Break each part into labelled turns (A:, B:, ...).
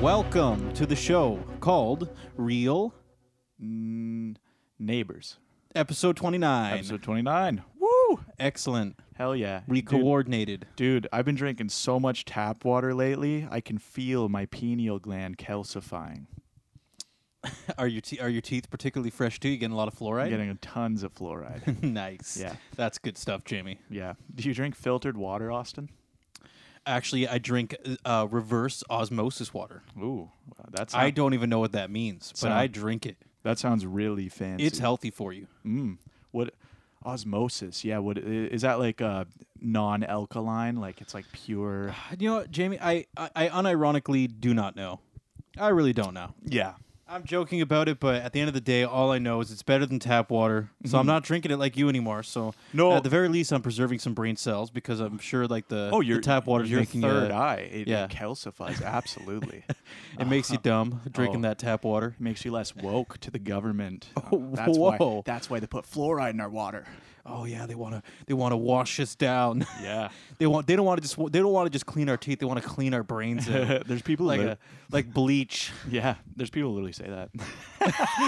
A: Welcome to the show called Real
B: N- neighbors.
A: Episode 29.
B: Episode 29.
A: Woo! Excellent.
B: Hell yeah.
A: We
B: Dude,
A: coordinated.
B: dude, I've been drinking so much tap water lately, I can feel my pineal gland calcifying.
A: Are your te- are your teeth particularly fresh too? You getting a lot of
B: I'm
A: fluoride?
B: getting tons of fluoride.
A: nice.
B: Yeah.
A: That's good stuff, Jamie.
B: yeah. Do you drink filtered water, Austin?
A: Actually, I drink uh, reverse osmosis water.
B: Ooh, wow, that's
A: I don't even know what that means, but
B: Sound-
A: I drink it.
B: that sounds really fancy.
A: It's healthy for you.
B: Mm. What osmosis? Yeah. What i- is that like a non-alkaline? Like it's like pure.
A: You know, what, Jamie, I, I, I unironically do not know. I really don't know.
B: Yeah.
A: I'm joking about it, but at the end of the day, all I know is it's better than tap water. So I'm not drinking it like you anymore. So
B: Mm-hmm. No.
A: at the very least, I'm preserving some brain cells because I'm sure like the
B: Oh,
A: the
B: your
A: tap water's
B: your
A: making
B: third
A: you,
B: eye. It
A: yeah.
B: calcifies absolutely.
A: it makes you dumb drinking
B: Oh.
A: that tap water.
B: makes you less woke to the government. Uh,
A: Oh,
B: that's
A: whoa.
B: Why, that's why they put fluoride in our water.
A: Oh yeah, they want to they want to wash us down.
B: Yeah.
A: they want they don't want to just they don't want to just clean our teeth. They want to clean our brains out.
B: there's people
A: like
B: like
A: a, like bleach.
B: yeah. There's people who literally say that.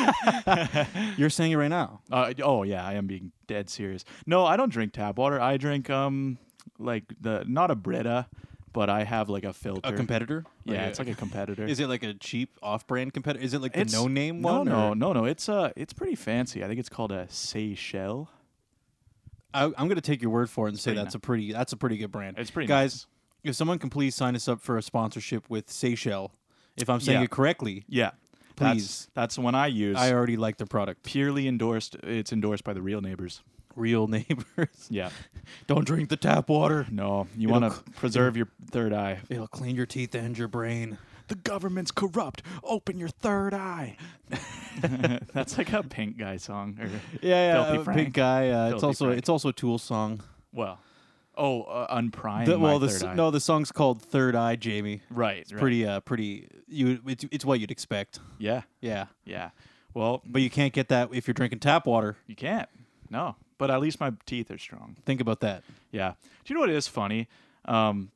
A: You're saying it right now.
B: Uh, oh yeah, I am being dead serious. No, I don't drink tap water. I drink um like the not a Brita, but I have like a filter.
A: A competitor?
B: Yeah, it's like a competitor.
A: Is it like a cheap off-brand competitor? Is it like the
B: It's-
A: no-name
B: no,
A: one?
B: No,
A: or-
B: no, no. It's uh, it's pretty fancy. I think it's called a Seychelles.
A: I, I'm going to take your word for it and say
B: pretty
A: that's a pretty that's a pretty good brand.
B: It's pretty
A: guys. If someone can please sign us up for a sponsorship with Seychelles, if I'm saying
B: Yeah.
A: it correctly,
B: Yeah,
A: Please.
B: That's, that's the one I use.
A: I already like the product.
B: purely endorsed. It's endorsed by the real neighbors.
A: Real neighbors,
B: Yeah.
A: don't drink the tap water.
B: No, you
A: It'll
B: want
A: c-
B: to preserve your third eye.
A: It'll clean your teeth and your brain.
B: The government's corrupt. Open your third eye. That's like a Pink Guy song. Or
A: Yeah,
B: Filthy
A: yeah. uh,
B: Frank.
A: big guy. Uh, it's
B: Filthy
A: also
B: Frank.
A: it's also a Tool song.
B: Well, oh, uh, unprime.
A: The-
B: my
A: well, the
B: third
A: s-
B: eye.
A: no, the song's called Third Eye, Jamie.
B: right, right.
A: Pretty, uh, pretty. You, it's, it's what you'd expect.
B: Yeah,
A: Yeah,
B: yeah. Well,
A: but you can't get that if you're drinking tap water.
B: you can't. No, but at least my teeth are strong.
A: Think about that.
B: Yeah. Do you know what is funny? Um,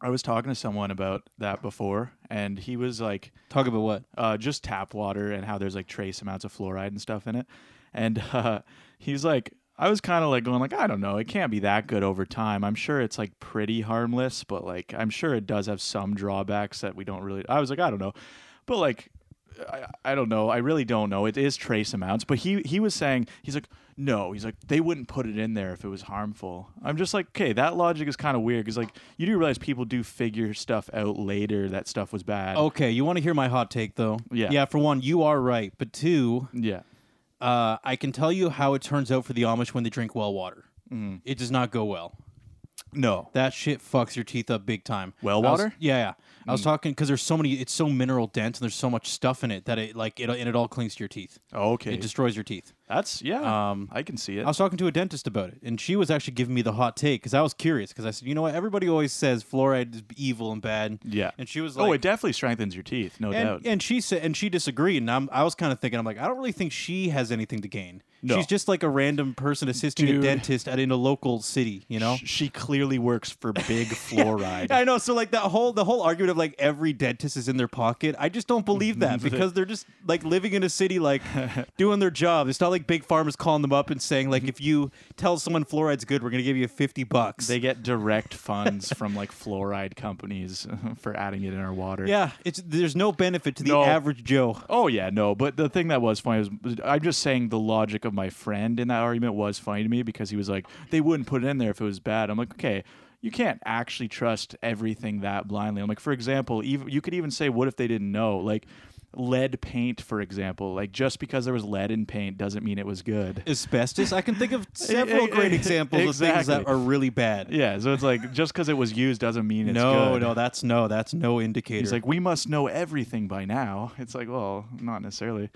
B: I was talking to someone about that before, and he was like,
A: Talk about what?
B: uh, just tap water and how there's like trace amounts of fluoride and stuff in it. And uh, he's like, I was kind of like going like, I don't know, it can't be that good over time. I'm sure it's like pretty harmless, but like I'm sure it does have some drawbacks that we don't really. I was like, I don't know, but like. I, I don't know. I really don't know. It is trace amounts, but he he was saying he's like no. He's like they wouldn't put it in there if it was harmful. I'm just like okay, that logic is kind of weird because like you do realize people do figure stuff out later that stuff was bad.
A: Okay, you want to hear my hot take though?
B: Yeah.
A: Yeah, for one, you are right. But two,
B: yeah,
A: uh, I can tell you how it turns out for the Amish when they drink well water.
B: Mm.
A: It does not go well.
B: no,
A: That shit fucks your teeth up big time.
B: Well
A: I was-
B: water? Mm.
A: yeah, yeah. I was talking because there's so many. It's so mineral dense and there's so much stuff in it that it like it and it all clings to your teeth.
B: Oh, Okay.
A: It destroys your teeth.
B: That's yeah.
A: Um,
B: I can see it.
A: I was talking to a dentist about it, and she was actually giving me the hot take because I was curious because I said, you know what, everybody always says fluoride is evil and bad.
B: yeah.
A: and she was like,
B: oh, it definitely strengthens your teeth, no doubt.
A: and, and she said, and she disagreed, and I'm, I was kind of thinking, I'm like, I don't really think she has anything to gain.
B: No.
A: She's just like a random person assisting a
B: Dude.
A: dentist at in a local city, you know.
B: Sh- she clearly works for big fluoride.
A: I know. So like that whole the whole argument of like every dentist is in their pocket. I just don't believe that because they're just like living in a city, like doing their job. It's not like big farmers calling them up and saying like if you tell someone fluoride's good, we're gonna give you fifty bucks.
B: They get direct funds from like fluoride companies for adding it in our water.
A: yeah, it's there's no benefit to the
B: No.
A: average Joe.
B: Oh yeah, no. But the thing that was funny was was- I'm just saying the logic of my friend in that argument was funny to me because he was like, they wouldn't put it in there if it was bad. I'm like, okay. You can't actually trust everything that blindly. I'm like, for example, even you could even say, what if they didn't know? Like, lead paint, for example. Like, just because there was lead in paint doesn't mean it was good.
A: Asbestos. I can think of several
B: eh,
A: great
B: eh,
A: examples of things that
B: exactly.
A: are really bad.
B: Yeah, so it's like just because it was used doesn't mean it's
A: no,
B: good.
A: no, that's no, that's no indicator.
B: He's like, we must know everything by now. It's like, well, not necessarily.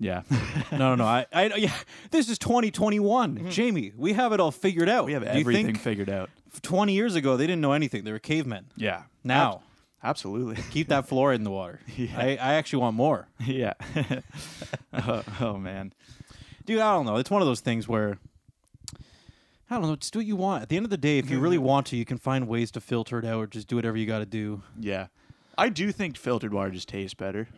B: Yeah,
A: no, no, no. I, I, yeah, this is 2021, Jamie. We have it all figured out.
B: Mm-hmm. we have
A: Do
B: everything
A: You think
B: figured out.
A: 20 years ago they didn't know anything? They were cavemen.
B: Yeah.
A: Now
B: Absolutely.
A: keep that fluoride in the water.
B: Yeah.
A: I, I actually want more,
B: yeah. Uh, oh man.
A: dude. I don't know. It's one of those things where. I don't know. Just do what you want. At the end of the day, if you really want to, you can find ways to filter it out or just do whatever you got to do.
B: Yeah. I do think filtered water just tastes better.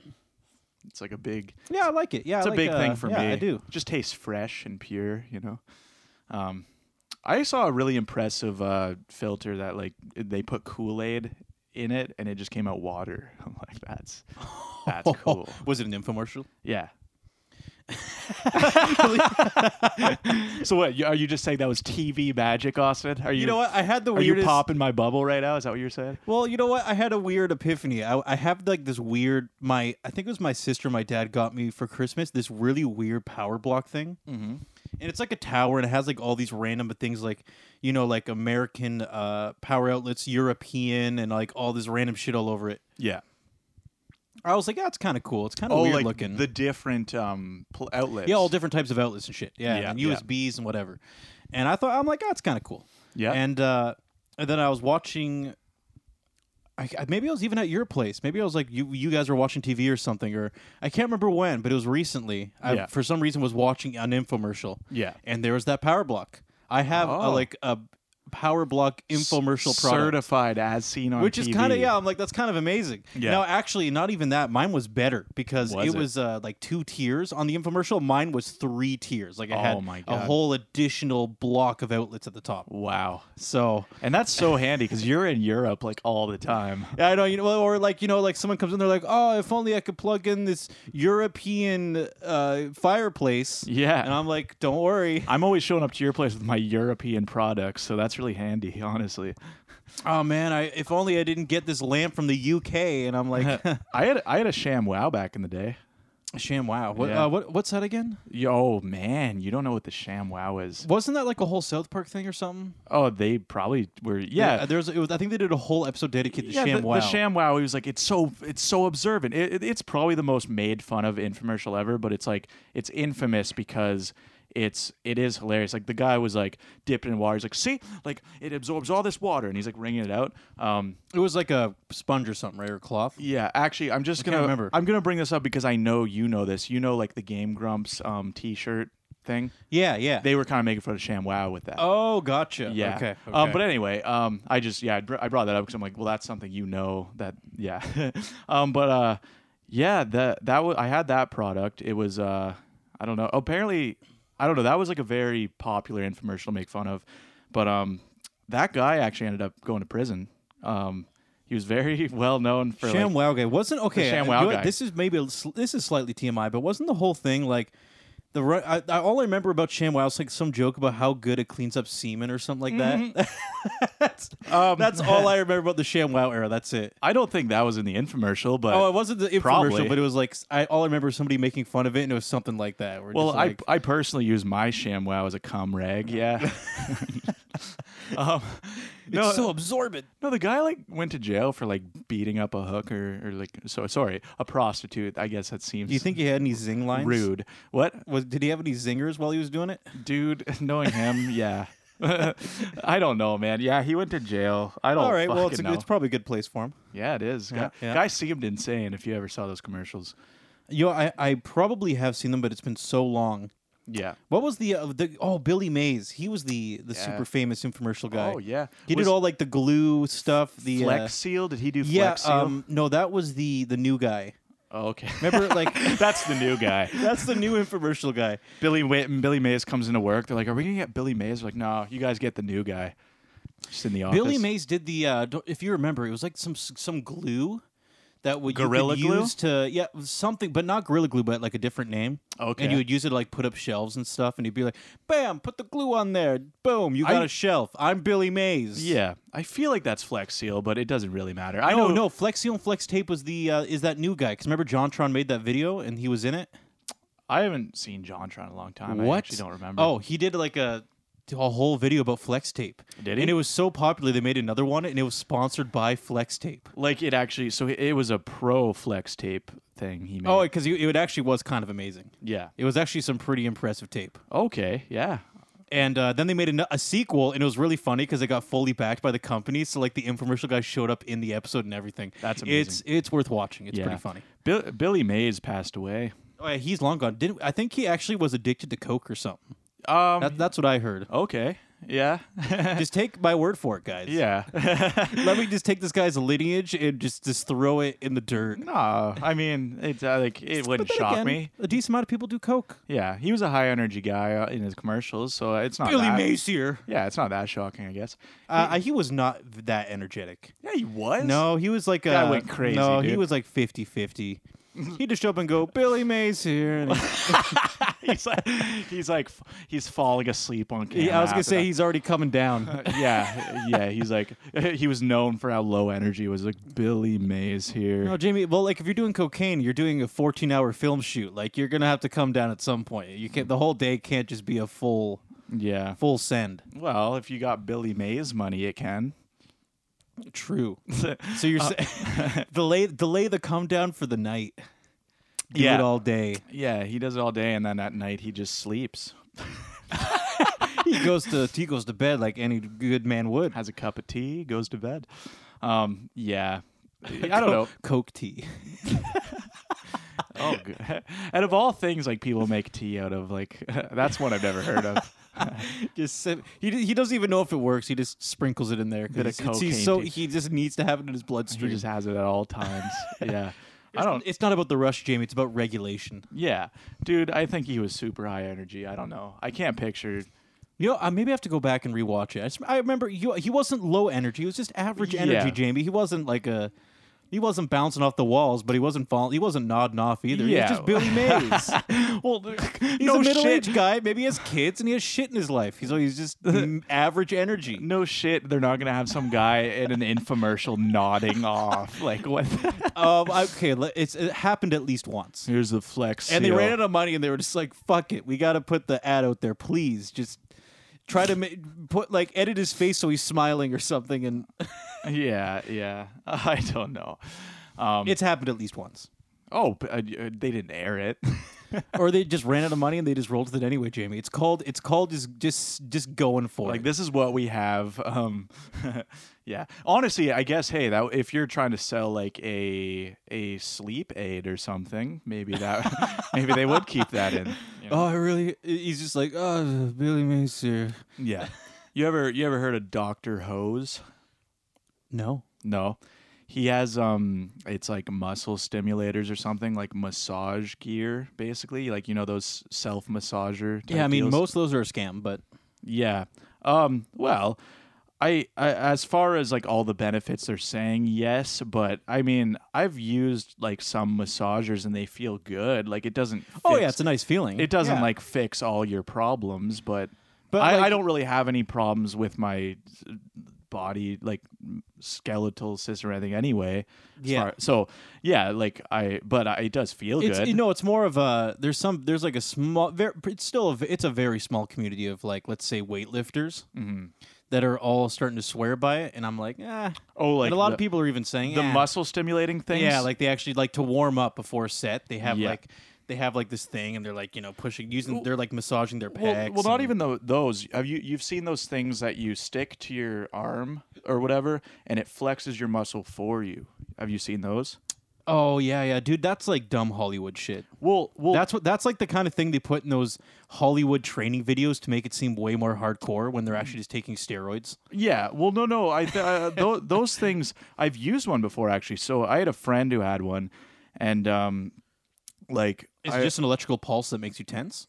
B: It's like a big
A: Yeah, I like it. Yeah,
B: it's
A: I
B: a
A: like,
B: big
A: uh,
B: thing for
A: yeah,
B: me.
A: I do.
B: It just tastes fresh and pure, you know. Um, I saw a really impressive uh, filter that like they put Kool Aid in it and it just came out water. I'm like, that's that's cool.
A: Was it an infomercial?
B: Yeah. so what? you- Are you just saying that was TV magic, Austin? Are you?
A: You know what? I had the
B: Are you
A: weirdest.
B: popping my bubble right now? Is that what you're saying?
A: Well, you know what? I had a weird epiphany. I, I have like this weird my I think it was my sister, and my dad got me for Christmas this really weird power block thing, mm-hmm. and it's like a tower and it has like all these random things like you know like American uh, power outlets, European, and like all this random shit all over it.
B: Yeah.
A: I was like, that's kind of cool. It's kind of
B: Oh,
A: weird
B: like
A: looking.
B: the different um pl- outlets.
A: yeah, all different types of outlets and shit. Yeah,
B: Yeah,
A: and
B: yeah.
A: USBs and whatever. And I thought I'm like, that's kind of cool.
B: Yeah.
A: And uh, and then I was watching. I, I- maybe I was even at your place. Maybe I was like you. You guys were watching TV or something, or I can't remember when, but it was recently. I
B: Yeah.
A: for some reason was watching an infomercial.
B: Yeah.
A: And there was that power block. I have a,
B: Oh.
A: like a power block infomercial product.
B: certified as seen on
A: which is kind of
B: TV.
A: yeah i'm like that's kind of amazing
B: Yeah.
A: no actually not even that mine was better because
B: Was
A: it
B: it?
A: was uh, like two tiers on the infomercial mine was three tiers like i
B: Oh
A: had
B: my
A: a
B: God.
A: whole additional block of outlets at the top
B: Wow.
A: so
B: And that's so handy because you're in Europe like all the time.
A: Yeah, I know, you know, or like you know, like someone comes in, they're like, "Oh, if only I could plug in this European uh, fireplace."
B: Yeah.
A: and I'm like, "Don't worry."
B: I'm always showing up to your place with my European products, so that's really handy, honestly.
A: Oh man, I if only I didn't get this lamp from the UK. And I'm like,
B: I had I had a sham wow back in the day.
A: "Sham, wow, what,
B: Yeah.
A: uh, what what's that again?
B: Yo, man, you don't know what the sham wow is.
A: Wasn't that like a whole South Park thing or something?"
B: Oh, they probably were. Yeah,
A: there's. It was, I think they did a whole episode dedicated to
B: yeah.
A: Sham
B: the,
A: Wow.
B: the sham wow. He was like, it's so it's so observant. It, it- it's probably the most made fun of infomercial ever, but it's like it's infamous because. It's it is hilarious. Like the guy was like dipped in water. He's like, see, like it absorbs all this water, and he's like wringing it out. Um,
A: It was like a sponge or something, right, or cloth.
B: Yeah, actually, I'm just
A: can't
B: gonna.
A: remember.
B: I'm gonna bring this up because I know you know this. You know, like the Game Grumps um, T-shirt thing.
A: Yeah, yeah.
B: They were kind of making fun of Sham Wow with that.
A: oh, gotcha.
B: yeah.
A: Okay.
B: Um, but anyway, um, I just yeah, I br- I brought that up because I'm like, well, that's something you know that yeah. um, but uh, yeah, that that was I had that product. It was uh, I don't know. Apparently, I don't know. That was like a very popular infomercial to make fun of, but um, that guy actually ended up going to prison. Um, he was very well known for like,
A: Sham Wow guy wasn't okay.
B: Sham
A: uh,
B: Wow
A: you know,
B: guy.
A: This is maybe a sl- this is slightly TMI, but wasn't the whole thing like the ru- I, I, all I remember about Sham Wow is like some joke about how good it cleans up semen or something like that. Mm-hmm. that's, that's all I remember about the Sham Wow era. That's it.
B: I don't think that was in the infomercial, but
A: Oh, it wasn't the infomercial,
B: Probably.
A: but it was like s- I all I remember was somebody making fun of it, and it was something like that. We're
B: well,
A: just like,
B: I I personally use my ShamWow as a cum rag. Yeah. um, no,
A: it's so absorbent.
B: no, the guy like went to jail for like beating up a hooker or like so sorry a prostitute. I guess that seems
A: Do you think he had any zing lines?
B: rude. What
A: Was did he have any zingers while he was doing it?
B: dude? Knowing him, yeah. I don't know, man. Yeah, he went to jail. I don't.
A: All right, well,
B: Oh, fucking
A: it's, a,
B: know.
A: it's probably a good place for him.
B: yeah, it is. Guy,
A: yeah.
B: guy seemed insane. If you ever saw those commercials,
A: You know, I, I probably have seen them, but it's been so long.
B: yeah.
A: What was the uh, the oh Billy Mays? He was the the super famous infomercial guy.
B: Oh yeah,
A: he
B: Was
A: did all like the glue stuff. The uh,
B: Flex Seal. Did he do Flex
A: yeah,
B: Seal?
A: um, no, that was the the new guy.
B: oh, okay.
A: Remember, like
B: That's the new guy.
A: that's the new infomercial guy.
B: Billy Wa- Billy Mays comes into work. They're like, "Are we gonna get Billy Mays?" We're like, "No, you guys get the new guy." Just in the office.
A: Billy Mays did the uh, don't- if you remember, it was like some some glue that would
B: Gorilla
A: you could
B: glue?
A: use to yeah something, but not gorilla glue, but like a different name.
B: Okay.
A: and you would use it to like put up shelves and stuff, and you'd be like, "Bam, put the glue on there, boom, you got
B: I-
A: a shelf." I'm Billy Mays.
B: Yeah, Oh. I feel like that's Flex Seal, but it doesn't really matter. I
A: No,
B: know.
A: no, Flex Seal and Flex Tape was the uh, is that new guy? Because remember, JonTron made that video and he was in it.
B: I haven't seen JonTron in a long time. I actually don't remember.
A: Oh, he did like a a whole video about Flex Tape.
B: Did he?
A: And it was so popular they made another one, and it was sponsored by Flex Tape.
B: like it actually. So it was a pro Flex tape thing he made.
A: Oh, because it actually was kind of amazing.
B: yeah.
A: It was actually some pretty impressive tape.
B: Okay. Yeah.
A: And uh, then they made an, a sequel, and it was really funny because it got fully backed by the company. So like the infomercial guy showed up in the episode and everything.
B: That's
A: It's it's worth watching. It's
B: yeah.
A: pretty funny.
B: Bill- Billy Mays passed away.
A: Oh, yeah, he's long gone. Did I think he actually was addicted to coke or something?
B: Um.
A: That, that's what I heard.
B: okay. Yeah.
A: Just take my word for it, guys.
B: yeah.
A: Let me just take this guy's lineage and just just throw it in the dirt.
B: no, I mean, it's uh, like it
A: But
B: wouldn't
A: then
B: shock
A: again,
B: me.
A: A decent amount of people do coke.
B: Yeah, he was a high energy guy uh, in his commercials, so it's not
A: Billy
B: that,
A: Macier.
B: Yeah, it's not that shocking, I guess.
A: Uh, he was not that energetic.
B: Yeah, he was.
A: No, he was like
B: Guy
A: uh,
B: went crazy,
A: No, he
B: dude.
A: was like 50-50. He'd just show up and go, Billy Mays here. And
B: he's like he's like f- he's falling asleep on camera.
A: he- I was gonna
B: after
A: say
B: that.
A: he's already coming down.
B: yeah, yeah. He's like, he was known for how low energy he was. Like Billy Mays here.
A: No, Jamie. Well, like if you're doing cocaine, you're doing a 14-hour film shoot. Like you're gonna have to come down at some point. You can't. The whole day can't just be a full
B: yeah.
A: full send.
B: Well, if you got Billy Mays money, it can.
A: True. So you're
B: Uh,
A: sa- delay delay the come down for the night. Do
B: Yeah.
A: it all day.
B: Yeah, he does it all day, and then at night he just sleeps,
A: He goes to he goes to bed like any good man would.
B: has a cup of tea, goes to bed. Um, yeah. I don't know.
A: Coke tea.
B: Oh, good. out of all things, like people make tea out of, like that's one I've never heard of.
A: just sip. He, d- he doesn't even know if it works. He just sprinkles it in there
B: Bit of
A: because he's, he's so
B: cocaine tea.
A: he just needs to have it in his
B: He
A: bloodstream.
B: just has it at all times. Yeah, I don't.
A: It's not about the rush, Jamie. It's about regulation.
B: Yeah, dude, I think he was super high energy. I don't know. I can't picture.
A: You know, I maybe I have to go back and rewatch it. I, just, I remember you, he wasn't low energy. He was just average energy,
B: Yeah.
A: Jamie. He wasn't like a. He wasn't bouncing off the walls, but he wasn't falling. He wasn't nodding off either. He
B: Yeah.
A: was just Billy Mays.
B: Well,
A: He's a middle-aged guy. Maybe he has kids and he has shit in his life. He's he's just mm, average energy.
B: No shit, they're not gonna have some guy in an infomercial nodding off. Like what?
A: Um, okay, le- it's it happened at least once.
B: Here's the flex.
A: and they ran out of money and they were just like fuck it we gotta put the ad out there please just try to ma- put like edit his face so he's smiling or something and
B: Yeah, yeah. I don't know. Um,
A: it's happened at least once
B: oh, but, uh, they didn't air it.
A: or they just ran out of money and they just rolled with it anyway jamie it's called it's called just just just going for
B: like
A: it
B: this is what we have. Um, yeah. Honestly, I guess hey, that if you're trying to sell like a a sleep aid or something, maybe that maybe they would keep that in. you know?
A: oh i really he's just like oh billy macer
B: Yeah. You ever you ever heard of Doctor Hose?
A: no
B: No. He has um it's like muscle stimulators or something, like massage gear, basically. Like you know those self massager
A: yeah i mean most of those are a scam but
B: Yeah. Um well I, I as far as like all the benefits they're saying yes but i mean i've used like some massagers and they feel good like it doesn't
A: oh
B: fix-
A: yeah it's a nice feeling
B: it doesn't
A: Yeah.
B: like fix all your problems, but
A: But,
B: I, I
A: like-
B: don't really have any problems with my s- body, like m- skeletal system or anything. Anyway, as
A: Yeah.
B: far- so yeah, like I, but I, it does feel
A: it's
B: good.
A: you know it's more of a there's some there's like a small ver it's still a, v- it's a very small community of like let's say weightlifters
B: Mm-hmm.
A: that are all starting to swear by it and i'm like ah
B: oh, like
A: and a lot
B: the,
A: of people are even saying
B: the
A: "Eh."
B: muscle stimulating things.
A: yeah like they actually like to warm up before set they have
B: Yeah.
A: like they have like this thing and they're like you know pushing using they're like massaging their pecs
B: well, well, not
A: and-
B: even tho- those. Have you you've seen those things that you stick to your arm or whatever, and it flexes your muscle for you? Have you seen those?
A: oh yeah yeah dude that's like dumb hollywood shit
B: Well, well,
A: that's what that's like the kind of thing they put in those hollywood training videos to make it seem way more hardcore when they're actually just taking steroids
B: Yeah. Well, no, no. I th- uh, th- those things I've used one before actually. So I had a friend who had one, and um, like
A: is
B: I-
A: it just an electrical pulse that makes you tense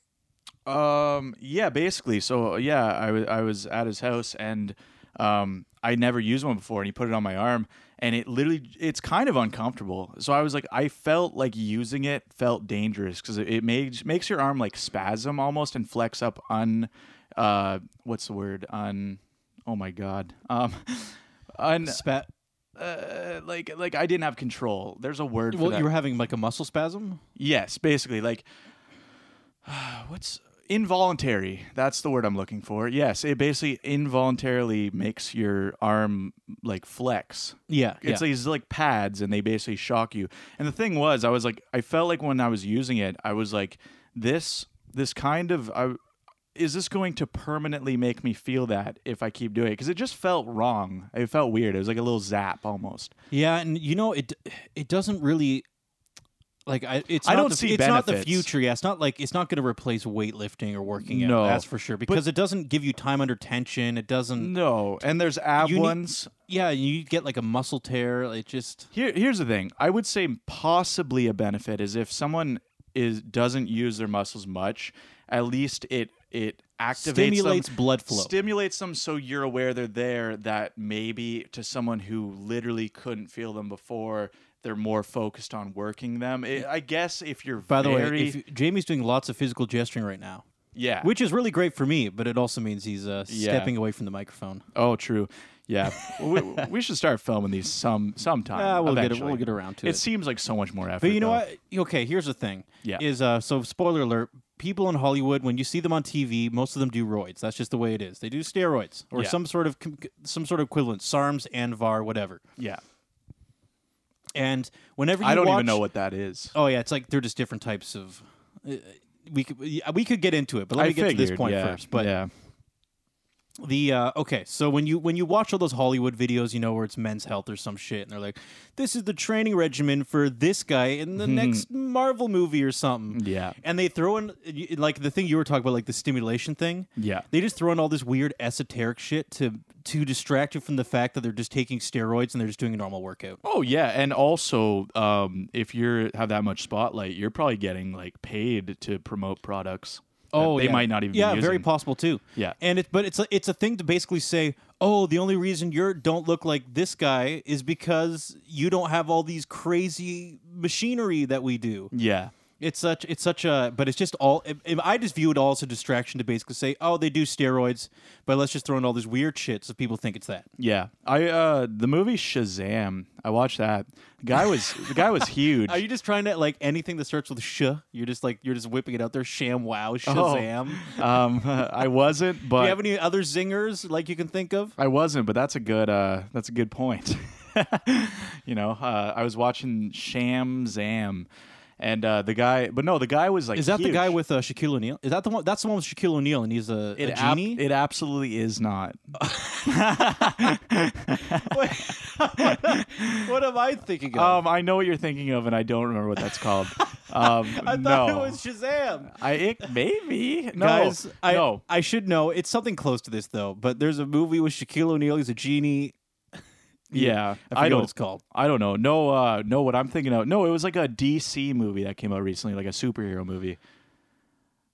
B: um, yeah, basically. So yeah, I was I was at his house and um, I never used one before, and he put it on my arm, and it literally it's kind of uncomfortable. So I was like, I felt like using it felt dangerous because it, it makes makes your arm like spasm almost and flex up un, uh, what's the word un. Oh my god. Um, un,
A: Spat.
B: uh, like like I didn't have control. There's a word for
A: Well,
B: that.
A: you were having like a muscle spasm.
B: yes, basically like what's involuntary. That's the word I'm looking for. Yes, it basically involuntarily makes your arm like flex.
A: Yeah,
B: It's these like pads and they basically shock you. And the thing was, I was like I felt like when I was using it, I was like this this kind of I is this going to permanently make me feel that if I keep doing it? Because it just felt wrong. It felt weird. It was like a little zap almost.
A: yeah, and you know it. It doesn't really. like I, it's
B: I
A: not
B: don't
A: the,
B: see
A: it's not the
B: benefits.
A: future. Yeah, it's not like it's not going to replace weightlifting or working out.
B: No.
A: that's for sure because it doesn't give you time under tension. It doesn't.
B: No, and there's ab
A: You need-
B: ones.
A: Yeah, you get like a muscle tear. It just
B: Here, here's the thing. I would say possibly a benefit is if someone is doesn't use their muscles much, at least it it activates them-
A: stimulates blood flow.
B: Stimulates them so you're aware they're there. That maybe to someone who literally couldn't feel them before, they're more focused on working them. It, I guess if you're
A: By the
B: very,
A: way, if you- Jamie's doing lots of physical gesturing right now,
B: yeah,
A: which is really great for me, but it also means he's uh,
B: Yeah.
A: stepping away from the microphone.
B: oh true, yeah, we, we should start filming these some sometime.
A: Ah, we'll get it,
B: eventually.
A: we'll get around to
B: It
A: it.
B: seems like so much more effort.
A: But you know
B: though.
A: what? Okay, here's the thing.
B: Yeah.
A: Is uh so spoiler alert, people in Hollywood when you see them on TV, most of them do roids. That's just the way it is. They do steroids or
B: Yeah.
A: some sort of com- some sort of equivalent, SARMs, ANVAR, whatever.
B: Yeah,
A: And whenever you
B: I don't
A: watch,
B: even know what that is.
A: Oh yeah, it's like they're just different types of uh, we could yeah, we could get into it, but let
B: I
A: me get to this
B: figured,
A: point
B: yeah,
A: first. But
B: yeah,
A: the uh, okay, so when you when you watch all those Hollywood videos, you know where it's Men's Health or some shit, and they're like, "This is the training regimen for this guy in the next Marvel movie or something."
B: Hmm. Yeah.
A: and they throw in y- like the thing you were talking about, like the stimulation thing.
B: Yeah.
A: they just throw in all this weird esoteric shit to to distract you from the fact that they're just taking steroids and they're just doing a normal workout.
B: oh yeah, and also, um, if you have that much spotlight, you're probably getting like paid to promote products. that they
A: Oh, yeah.
B: might not even.
A: yeah,
B: be
A: very
B: using.
A: possible too.
B: Yeah.
A: and it's but it's a, it's a thing to basically say, oh, the only reason you don't look like this guy is because you don't have all these crazy machinery that we do.
B: yeah,
A: It's such it's such a but it's just all if- if I just view it all as a distraction to basically say, oh, they do steroids, but let's just throw in all this weird shit so people think it's that.
B: yeah. I uh, the movie Shazam. I watched that. The guy was the guy was huge.
A: Are you just trying to like anything that starts with sh? You're just like you're just whipping it out there. Sham wow,
B: Oh.
A: Shazam.
B: um, I wasn't,
A: Do
B: but
A: you have any other zingers like you can think of?
B: I wasn't, but that's a good uh, that's a good point. you know, uh, I was watching Sham Zam, and uh, the guy, but no, the guy was like,
A: Is that the
B: huge.
A: guy with uh, Shaquille O'Neal? Is that the one? That's the one with Shaquille O'Neal, and he's a,
B: It,
A: a
B: ab-
A: genie.
B: it absolutely is not.
A: what am I thinking of?
B: Um, I know what you're thinking of, and I don't remember what that's called. Um,
A: I
B: no,
A: thought it was Shazam.
B: I it, maybe no,
A: Guys, I
B: no.
A: I should know. It's something close to this though. But there's a movie with Shaquille O'Neal. He's a genie.
B: Yeah,
A: I,
B: I,
A: know what
B: don't.
A: it's called.
B: I don't know. No, uh, no. What I'm thinking of? No, it was like a DC movie that came out recently, like a superhero movie.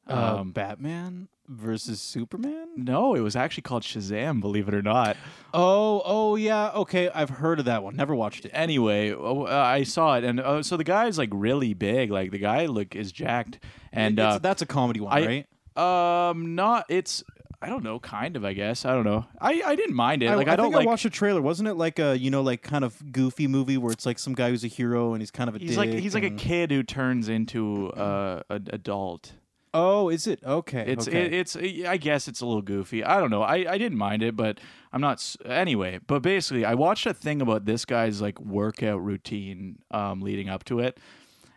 A: Uh,
B: Um,
A: Batman versus Superman.
B: No, it was actually called Shazam. Believe it or not.
A: Oh, oh yeah. Okay, I've heard of that one. Never watched it.
B: anyway, uh, I saw it, and uh, so the guy is like really big. Like the guy look is jacked, and
A: It's-
B: uh,
A: that's a comedy one, right?
B: I um not it's I don't know, kind of I guess I don't know. I I didn't mind it. Like I, don't
A: think
B: like.
A: I watched a trailer. Wasn't it like a you know like kind of goofy movie where it's like some guy who's a hero and he's kind of a
B: he's like
A: dick
B: he's like a
A: and-
B: kid who turns into uh, an adult.
A: oh is it okay
B: It's
A: okay.
B: it, it's I guess it's a little goofy. I don't know. I, I didn't mind it, but I'm not s- anyway. But basically, I watched a thing about this guy's like workout routine um, leading up to it,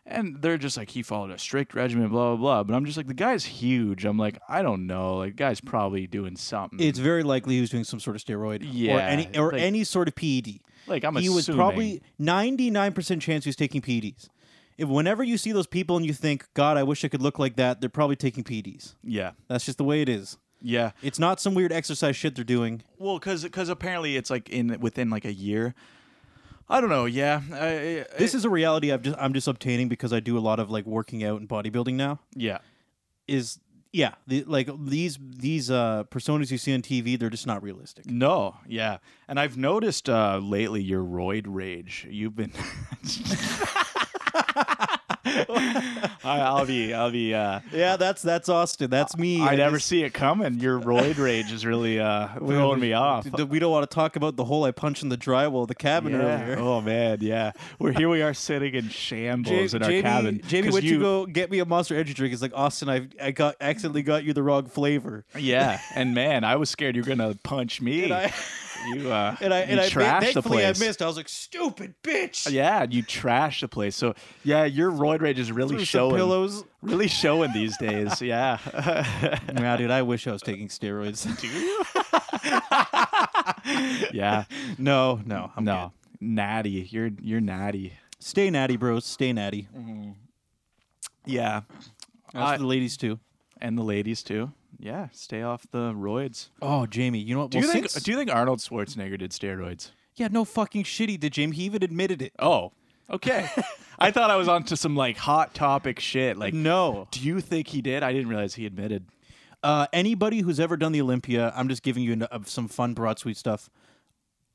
B: and they're just like he followed a strict regimen, blah blah blah. But I'm just like the guy's huge. I'm like I don't know. Like guy's probably doing something.
A: It's very likely he was doing some sort of steroid
B: Yeah,
A: or any or
B: like-
A: any sort of PED.
B: like I'm
A: he
B: assuming
A: was probably 99% chance he was taking PEDs. If whenever you see those people and you think, "God, I wish I could look like that," they're probably taking PEDs.
B: yeah
A: That's just the way it is.
B: yeah.
A: It's not some weird exercise shit they're doing.
B: Well, because apparently it's like in within like a year. I don't know. Yeah, I, I-
A: This is a reality I've just I'm just obtaining because I do a lot of like working out and bodybuilding now.
B: yeah.
A: Is yeah, the, like these these uh personas you see on TV, they're just not realistic.
B: No, yeah, and I've noticed uh, lately your roid rage. You've been. I, I'll be. I'll be. Uh,
A: Yeah, that's that's Austin. That's me.
B: I never
A: just-
B: see it coming. Your roid rage is really uh, throwing me off.
A: D- We don't want to talk about the hole I punched in the drywall of the cabin
B: Yeah.
A: earlier.
B: Oh man, yeah. We're here. We are sitting in shambles in our
A: Jamie,
B: cabin.
A: Jamie
B: 'cause
A: went to go get me a monster energy drink. It's like Austin, I I got accidentally got you the wrong flavor.
B: Yeah, and man, I was scared you were gonna punch me.
A: And I
B: you uh,
A: and I
B: you
A: and I
B: trashed the
A: thankfully I
B: place.
A: missed. I was like, stupid bitch.
B: Yeah, you trashed the place. So yeah, your roid rage is really
A: Threw some
B: showing.
A: pillows.
B: really showing these days. Yeah.
A: Nah, dude, I wish I was taking steroids.
B: yeah.
A: no, no, I'm
B: no. Natty. You're you're natty.
A: Stay natty, bros. Stay natty.
B: Yeah.
A: As
B: I-
A: for the ladies too.
B: And the ladies too. Yeah, stay off the roids.
A: Oh, Jamie, you know what?
B: Do
A: well,
B: you think
A: since-
B: do you think Arnold Schwarzenegger did steroids?
A: yeah, no fucking shit he did, Jamie. He even admitted it.
B: Oh. Okay. I thought I was onto some like hot topic shit. Like
A: No.
B: do you think he did? I didn't realize he admitted.
A: Uh, anybody who's ever done the Olympia, I'm just giving you an, of some fun, broad, sweet stuff.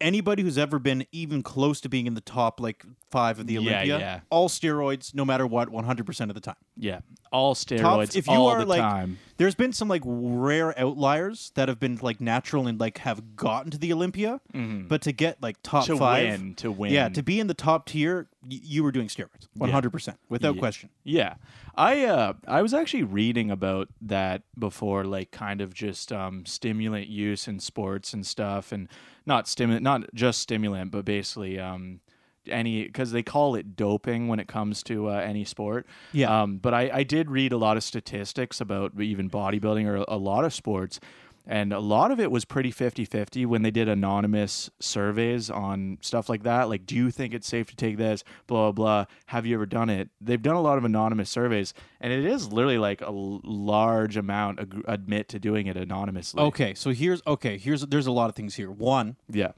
A: Anybody who's ever been even close to being in the top like five of the
B: Yeah,
A: Olympia,
B: yeah.
A: all steroids, no matter what, 100% of the time.
B: Yeah. All
A: Top-
B: steroids
A: if you
B: all
A: are
B: the
A: like,
B: time.
A: there's been some like rare outliers that have been like natural and like have gotten to the Olympia, but to get like top
B: Mm-hmm. To
A: five,
B: win, to win.
A: yeah, to be in the top tier, y- you were doing steroids, 100 percent without
B: Yeah.
A: question.
B: Yeah. I uh I was actually reading about that before like kind of just um stimulant use in sports and stuff and not stimulant not just stimulant but basically um any cuz they call it doping when it comes to uh, any sport.
A: Yeah.
B: Um but I I did read a lot of statistics about even bodybuilding or a lot of sports and a lot of it was pretty 50-50 when they did anonymous surveys on stuff like that like do you think it's safe to take this blah blah blah have you ever done it they've done a lot of anonymous surveys and it is literally like a l- large amount ag- admit to doing it anonymously
A: Okay, so here's okay. Here's there's a lot of things here. One,
B: yeah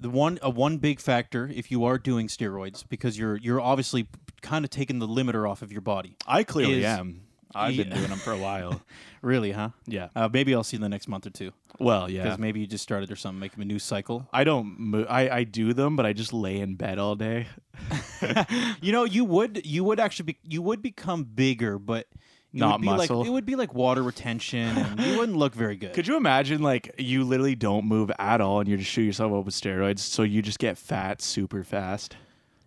A: the one a one big factor if you are doing steroids because you're you're obviously kind of taking the limiter off of your body.
B: i clearly
A: Is-
B: am i've been
A: Yeah.
B: doing them for a while
A: Really, huh?
B: yeah
A: Uh, maybe I'll see you in the next month or two
B: well
A: because
B: yeah
A: maybe you just started or something, making a new cycle.
B: i don't mo- I, I do them but i just lay in bed all day
A: You know, you would you would actually be you would become bigger, but it
B: Not
A: would be
B: muscle.
A: Like, it would be like water retention, and you wouldn't look very good.
B: Could you imagine like you literally don't move at all and you just shoot yourself up with steroids, so you just get fat super fast?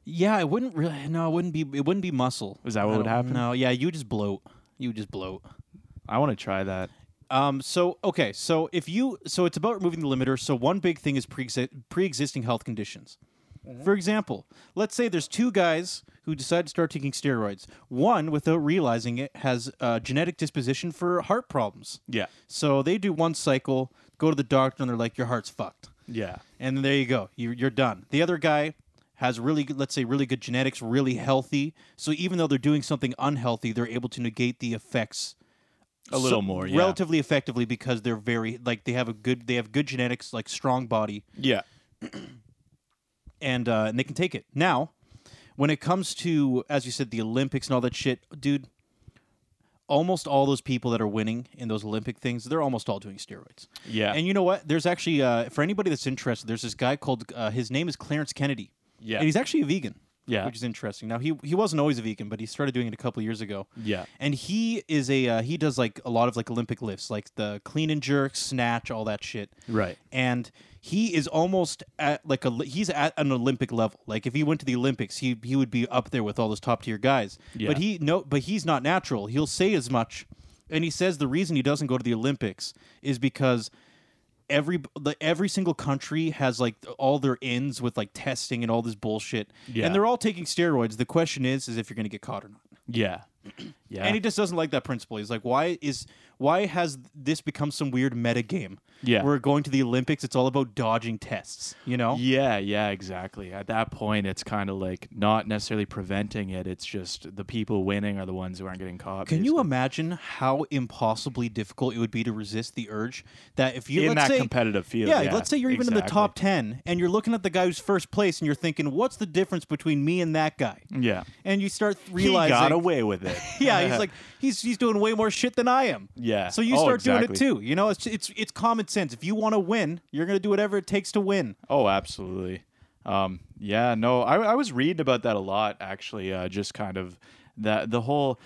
A: yeah, it wouldn't really. No, it wouldn't be. It wouldn't be muscle.
B: Is that what
A: I
B: would
A: don't-
B: happen?
A: No, yeah, you would just bloat. You would just bloat.
B: I want to try that.
A: Um. So okay. So if you so it's about removing the limiter. So one big thing is pre pre-existing health conditions. For example, let's say there's two guys who decide to start taking steroids. One, without realizing it, has a genetic disposition for heart problems.
B: Yeah.
A: So they do one cycle, go to the doctor, and they're like, "Your heart's fucked,"
B: Yeah.
A: and then there you go, you're, you're done. The other guy has really, good, let's say, really good genetics, really healthy. So even though they're doing something unhealthy, they're able to negate the effects
B: A little more, yeah.
A: relatively effectively because they're very like they have a good, they have good genetics, like strong body,
B: Yeah.
A: and uh, and they can take it. Now, when it comes to as you said the Olympics and all that shit, dude, almost all those people that are winning in those Olympic things, they're almost all doing steroids.
B: Yeah.
A: And you know what? There's actually uh, for anybody that's interested, there's this guy called uh, his name is Clarence Kennedy.
B: Yeah.
A: And he's actually a vegan.
B: Yeah.
A: Which is interesting. Now he he wasn't always a vegan, but he started doing it a couple years ago.
B: Yeah.
A: And he is a uh, he does like a lot of like Olympic lifts, like the clean and jerk, snatch, all that shit.
B: Right.
A: And he is almost at like a he's at an Olympic level. Like if he went to the Olympics, he he would be up there with all those top tier guys.
B: Yeah.
A: But he no, but he's not natural. He'll say as much, and he says the reason he doesn't go to the Olympics is because every the, every single country has like all their ins with like testing and all this bullshit,
B: Yeah.
A: and they're all taking steroids. The question is, is if you're going to get caught or not.
B: Yeah. Yeah.
A: And he just doesn't like that principle. He's like, why is why has this become some weird meta game?
B: Yeah.
A: we're going to the Olympics. It's all about dodging tests. You know.
B: yeah, yeah, exactly. At that point, it's kind of like not necessarily preventing it. It's just the people winning are the ones who aren't getting caught.
A: Can you
B: basically.
A: imagine how impossibly difficult it would be to resist the urge that if you
B: in
A: let's
B: that
A: say,
B: competitive field?
A: yeah, let's say you're even in the
B: exactly.
A: top ten and you're looking at the guy who's first place and you're thinking, what's the difference between me and that guy?
B: Yeah.
A: And you start
B: Mm. He
A: realizing,
B: got away with it.
A: yeah, he's like he's he's doing way more shit than I am.
B: Yeah.
A: So you
B: Oh,
A: start
B: exactly.
A: doing it too. You know, it's it's it's common sense. If you want to win, you're gonna do whatever it takes to win.
B: Oh, absolutely. Um, yeah, no, I, I was reading about that a lot actually. Uh, just kind of that the whole.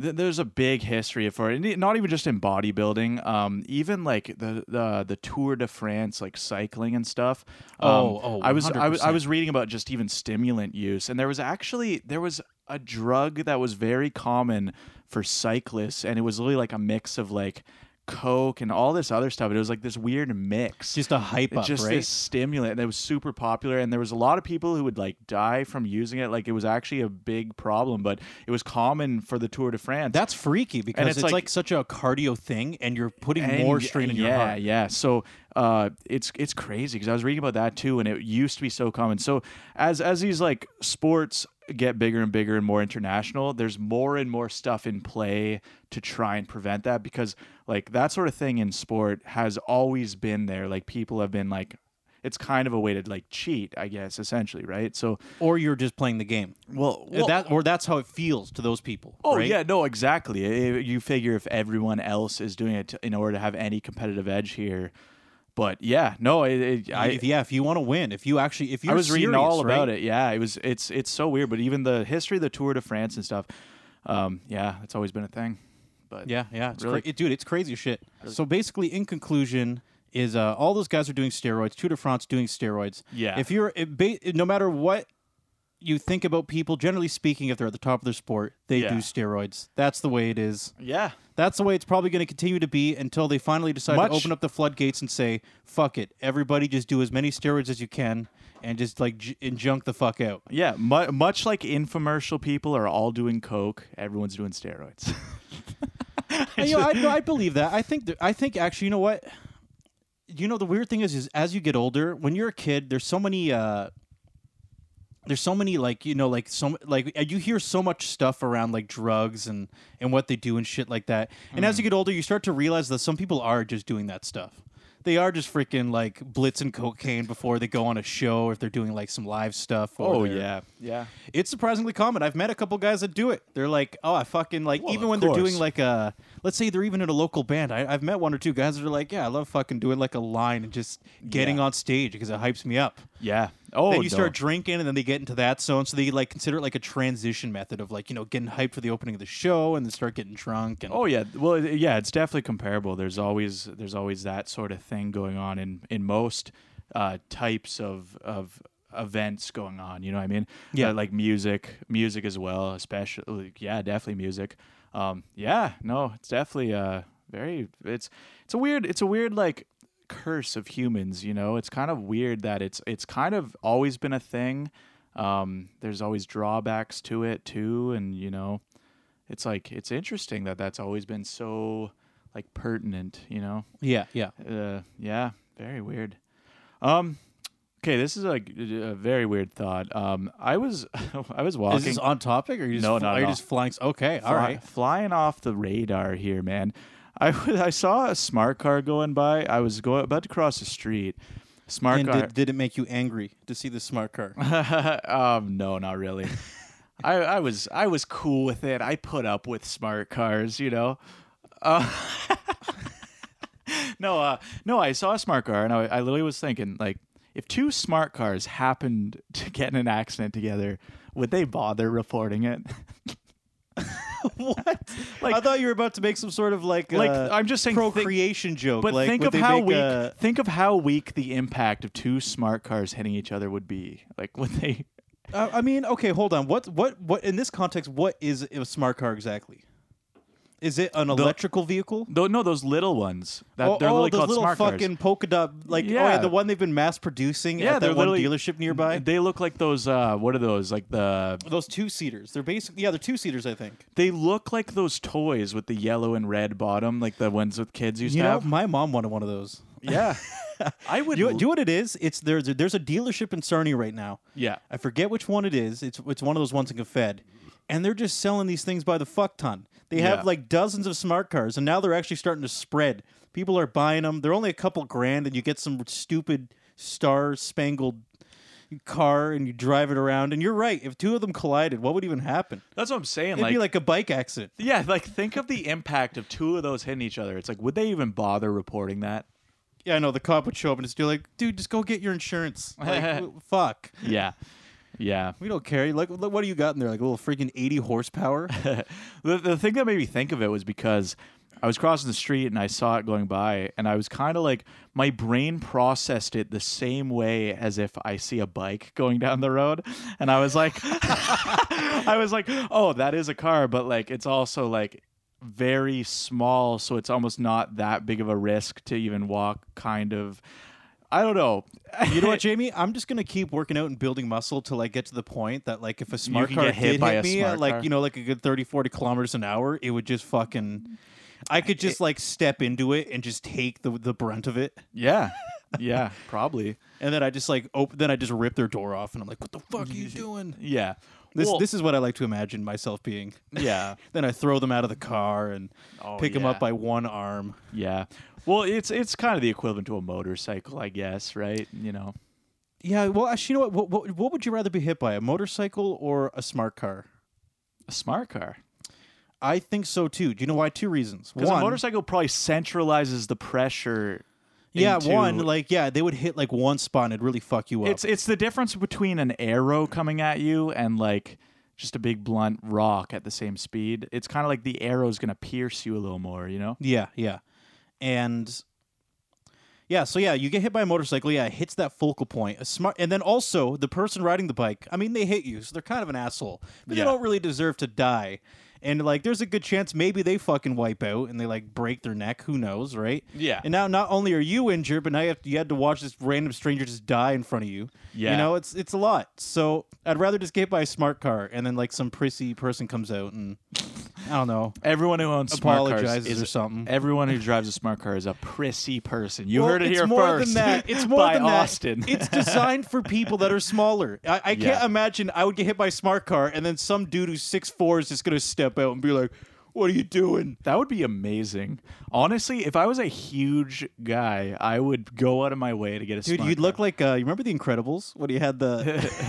B: th- There's a big history for it, and not even just in bodybuilding. Um, even like the, the the Tour de France, like cycling and stuff. Um,
A: Oh, oh,
B: I was I was I
A: 100%.
B: was reading about just even stimulant use, and there was actually there was a drug that was very common for cyclists, and it was really like a mix of like coke and all this other stuff. It was like this weird mix.
A: Just a hype up,
B: It's just
A: right?
B: this stimulant that was super popular and there was a lot of people who would like die from using it like it was actually a big problem but it was common for the tour de france
A: That's freaky because
B: And
A: it's,
B: it's
A: like,
B: like-
A: such a cardio thing, and you're putting
B: And
A: more
B: y-
A: strain in your
B: yeah,
A: heart.
B: Yeah, So uh, it's it's crazy because I was reading about that too, and it used to be so common. So as as these like sports get bigger and bigger and more international, there's more and more stuff in play to try and prevent that because like that sort of thing in sport has always been there. Like people have been like. It's kind of a way to like cheat, I guess, essentially, right? So,
A: Or you're just playing the game.
B: well,
A: that or that's how it feels to those people.
B: Oh
A: right?
B: yeah, no, exactly. I- I- you figure if everyone else is doing it in order to have any competitive edge here, but yeah, no, it, it,
A: I,
B: I
A: if, yeah. If you want to win, if you actually, if you
B: I was reading all about it. Yeah, it was it's it's so weird, but even the history of the Tour de France and stuff, um, yeah, it's always been a thing. But
A: Yeah, yeah, it's
B: Really?
A: cra- it- dude, it's crazy shit. So basically, in conclusion, is uh, all those guys are doing steroids. Tour de France doing steroids.
B: Yeah.
A: If you're it ba- no matter what you think about people, generally speaking, if they're at the top of their sport, they
B: Yeah.
A: do steroids. That's the way it is.
B: yeah,
A: That's the way it's probably going to continue to be until they finally decide
B: Much-
A: to open up the floodgates and say, "Fuck it, everybody, just do as many steroids as you can and just like j- and junk the fuck out."
B: yeah, mu- much like infomercial people are all doing coke, everyone's doing steroids.
A: I, you know, I, no, I believe that. I think. That, I think actually, you know what? You know, the weird thing is, is as you get older, when you're a kid, there's so many. Uh, there's so many like you know like so like uh, you hear so much stuff around like drugs and and what they do and shit like that. And
B: Mm.
A: as you get older, you start to realize that some people are just doing that stuff. They are just freaking like blitz and cocaine before they go on a show, or if they're doing like some live stuff. Or
B: oh
A: they're-
B: yeah, yeah.
A: it's surprisingly common. I've met a couple guys that do it. They're like, oh, I fucking like,
B: Well,
A: even
B: of
A: when they're
B: course.
A: doing like a, let's say they're even in a local band. I, I've met one or two guys that are like, yeah, I love fucking doing like a line and just getting
B: Yeah.
A: on stage because it hypes me up.
B: Yeah. Oh,
A: then you
B: no.
A: start drinking and then they get into that zone. So they like consider it like a transition method of like, you know, getting hyped for the opening of the show and then start getting drunk. And
B: Oh yeah, well it- yeah, it's definitely comparable. There's always there's always that sort of thing going on in in most uh, types of of events going on. You know what I mean?
A: Yeah.
B: Uh, like music, music as well, especially yeah, definitely music. Um, yeah, no, it's definitely uh, very it's it's a weird it's a weird like curse of humans. You know, it's kind of weird that it's it's kind of always been a thing. Um, there's always drawbacks to it too, and you know it's like it's interesting that that's always been so like pertinent you know
A: yeah, yeah.
B: uh, yeah very weird um okay this is like a, a very weird thought um i was i was walking
A: Is this on topic or are you just,
B: No, not
A: are
B: at
A: you
B: all.
A: just flying? Okay, all
B: fly-
A: right.
B: flying off the radar here man i was, i saw a smart car going by i was going about to cross the street smart
A: And
B: car
A: did, did it make you angry to see the smart car?
B: um, no, not really. I, I was I was cool with it. I put up with smart cars, you know. Uh, no, uh, no. I saw a smart car, and I, I literally was thinking, like, if two smart cars happened to get in an accident together, would they bother reporting it?
A: what?
B: Like-
A: I thought you were about to make some sort of like
B: Like,
A: uh,
B: I'm just saying, think-
A: procreation joke.
B: But
A: like,
B: think
A: would
B: of
A: they
B: how
A: make
B: weak
A: a-
B: think of how weak the impact of two smart cars hitting each other would be. Like, would they?
A: uh, I I mean, okay, hold on. What what what in this context? What is a smart car exactly? Is it an electrical vehicle?
B: Though no, those little ones. That,
A: Oh,
B: Uh, they're
A: oh,
B: literally
A: those
B: called
A: little
B: smart cars.
A: fucking polka dot, like oh yeah,
B: Yeah.
A: the one they've been mass producing
B: Yeah,
A: at
B: they're
A: that one
B: literally- Mm-hmm.
A: dealership nearby.
B: They look like those. Uh, what are those? Like the.
A: those two seaters. They're basically yeah, they're two seaters. I think.
B: They look like those toys with the yellow and red bottom, like the ones with kids used
A: You
B: to
A: know,
B: have.
A: my mom wanted one of those.
B: Yeah, I would.
A: Do you, do
B: l-
A: you know what it is? It's there's a- there's a dealership in Sarnia right now.
B: Yeah.
A: I forget which one it is. It's it's one of those ones in Fed, and they're just selling these things by the fuck ton. They have
B: Yeah.
A: like dozens of smart cars, and now they're actually starting to spread. People are buying them. They're only a couple grand, and you get some stupid star spangled car, and you drive it around. And you're right. If two of them collided, what would even happen?
B: That's what I'm saying.
A: It'd
B: Like,
A: be like a bike accident.
B: yeah, like think of the impact of two of those hitting each other. It's like, would they even bother reporting that?
A: Yeah, I know. The cop would show up and just be like, "Dude, just go get your insurance." Like, w- fuck.
B: Yeah, yeah.
A: We don't care. Like, look, what do you got in there? Like a little freaking eighty horsepower.
B: the, the thing that made me think of it was because I was crossing the street and I saw it going by, and I was kind of like, my brain processed it the same way as if I see a bike going down the road. And I was like, I was like, oh, that is a car, but like, it's also like very small, so it's almost not that big of a risk to even walk. Kind of, I don't know.
A: You know what, Jamie? I'm just gonna keep working out and building muscle till I get to the point that like if a smart
B: can
A: car
B: get hit
A: did
B: by
A: hit
B: a
A: me at
B: smart
A: like
B: car.
A: you know like a good 30, 40 kilometers an hour, it would just fucking. I could just like step into it and just take the the brunt of it,
B: yeah, yeah, probably.
A: and then I just like open. Then I just rip their door off, and I'm like, "What the fuck are you doing?"
B: Yeah.
A: This
B: Well,
A: this is what I like to imagine myself being.
B: yeah.
A: Then I throw them out of the car and
B: Oh,
A: pick them
B: yeah.
A: up by one arm.
B: Yeah. Well, it's it's kind of the equivalent to a motorcycle, I guess, right? You know.
A: Yeah, well, actually, you know what? What, what? what would you rather be hit by, a motorcycle or a smart car?
B: A smart car.
A: I think so too. Do you know why? Two reasons.
B: Because a
A: One,
B: motorcycle probably centralizes the pressure.
A: yeah,
B: into-
A: one, like, yeah, they would hit like one spot and it'd really fuck you up.
B: It's it's the difference between an arrow coming at you and like just a big blunt rock at the same speed. It's kind of like the arrow's gonna pierce you a little more, you know?
A: yeah, yeah, and yeah, so yeah, you get hit by a motorcycle. Yeah, it hits that focal point. A smart, and then also the person riding the bike. I mean, they hit you, so they're kind of an asshole, but
B: Yeah.
A: they don't really deserve to die. And like, there's a good chance maybe they fucking wipe out and they like break their neck. Who knows, right?
B: Yeah.
A: And now not only are you injured, but now you, have to, you had to watch this random stranger just die in front of you.
B: Yeah.
A: You know, it's it's a lot. So I'd rather just get by a smart car and then like some prissy person comes out and I don't know.
B: Everyone who owns smart cars
A: Apologizes
B: is
A: or something.
B: Everyone who drives a smart car is a prissy person. You
A: Well,
B: heard it
A: it's
B: here
A: more
B: first.
A: Than that. It's more
B: by
A: than that.
B: Austin.
A: It's designed for people that are smaller. I, I
B: Yeah.
A: can't imagine I would get hit by a smart car and then some dude who's six four is just gonna step out and be like, "What are you doing?"
B: That would be amazing. Honestly, if I was a huge guy, I would go out of my way to get a
A: Dude,
B: smart
A: you'd
B: car.
A: look like uh, you remember the Incredibles when he had the.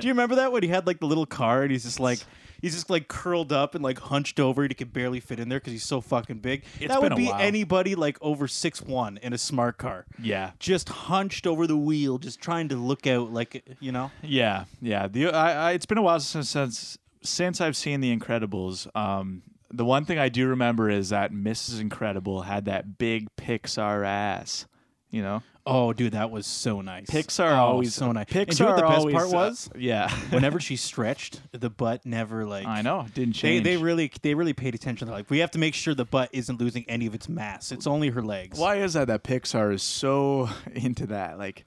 A: Do you remember that when he had like the little car and he's just like he's just like curled up and like hunched over and he could barely fit in there because he's so fucking big. that
B: been
A: would
B: a
A: be
B: while.
A: anybody like over six one in a smart car,
B: Yeah,
A: just hunched over the wheel, just trying to look out like you know.
B: yeah, yeah. The I, I, it's been a while since since since I've seen The Incredibles. Um, the one thing I do remember is that Mrs. Incredible had that big Pixar ass. You know,
A: Oh, dude, that was so nice.
B: Pixar
A: Oh,
B: always
A: so nice.
B: Pixar
A: and you know what the best
B: always,
A: part
B: uh,
A: was?
B: yeah,
A: Whenever she stretched, the butt never like
B: I know. it Didn't
A: They,
B: change.
A: they really they really paid attention. They're like, we have to make sure the butt isn't losing any of its mass. It's only her legs.
B: Why is that? That Pixar is so into that. Like,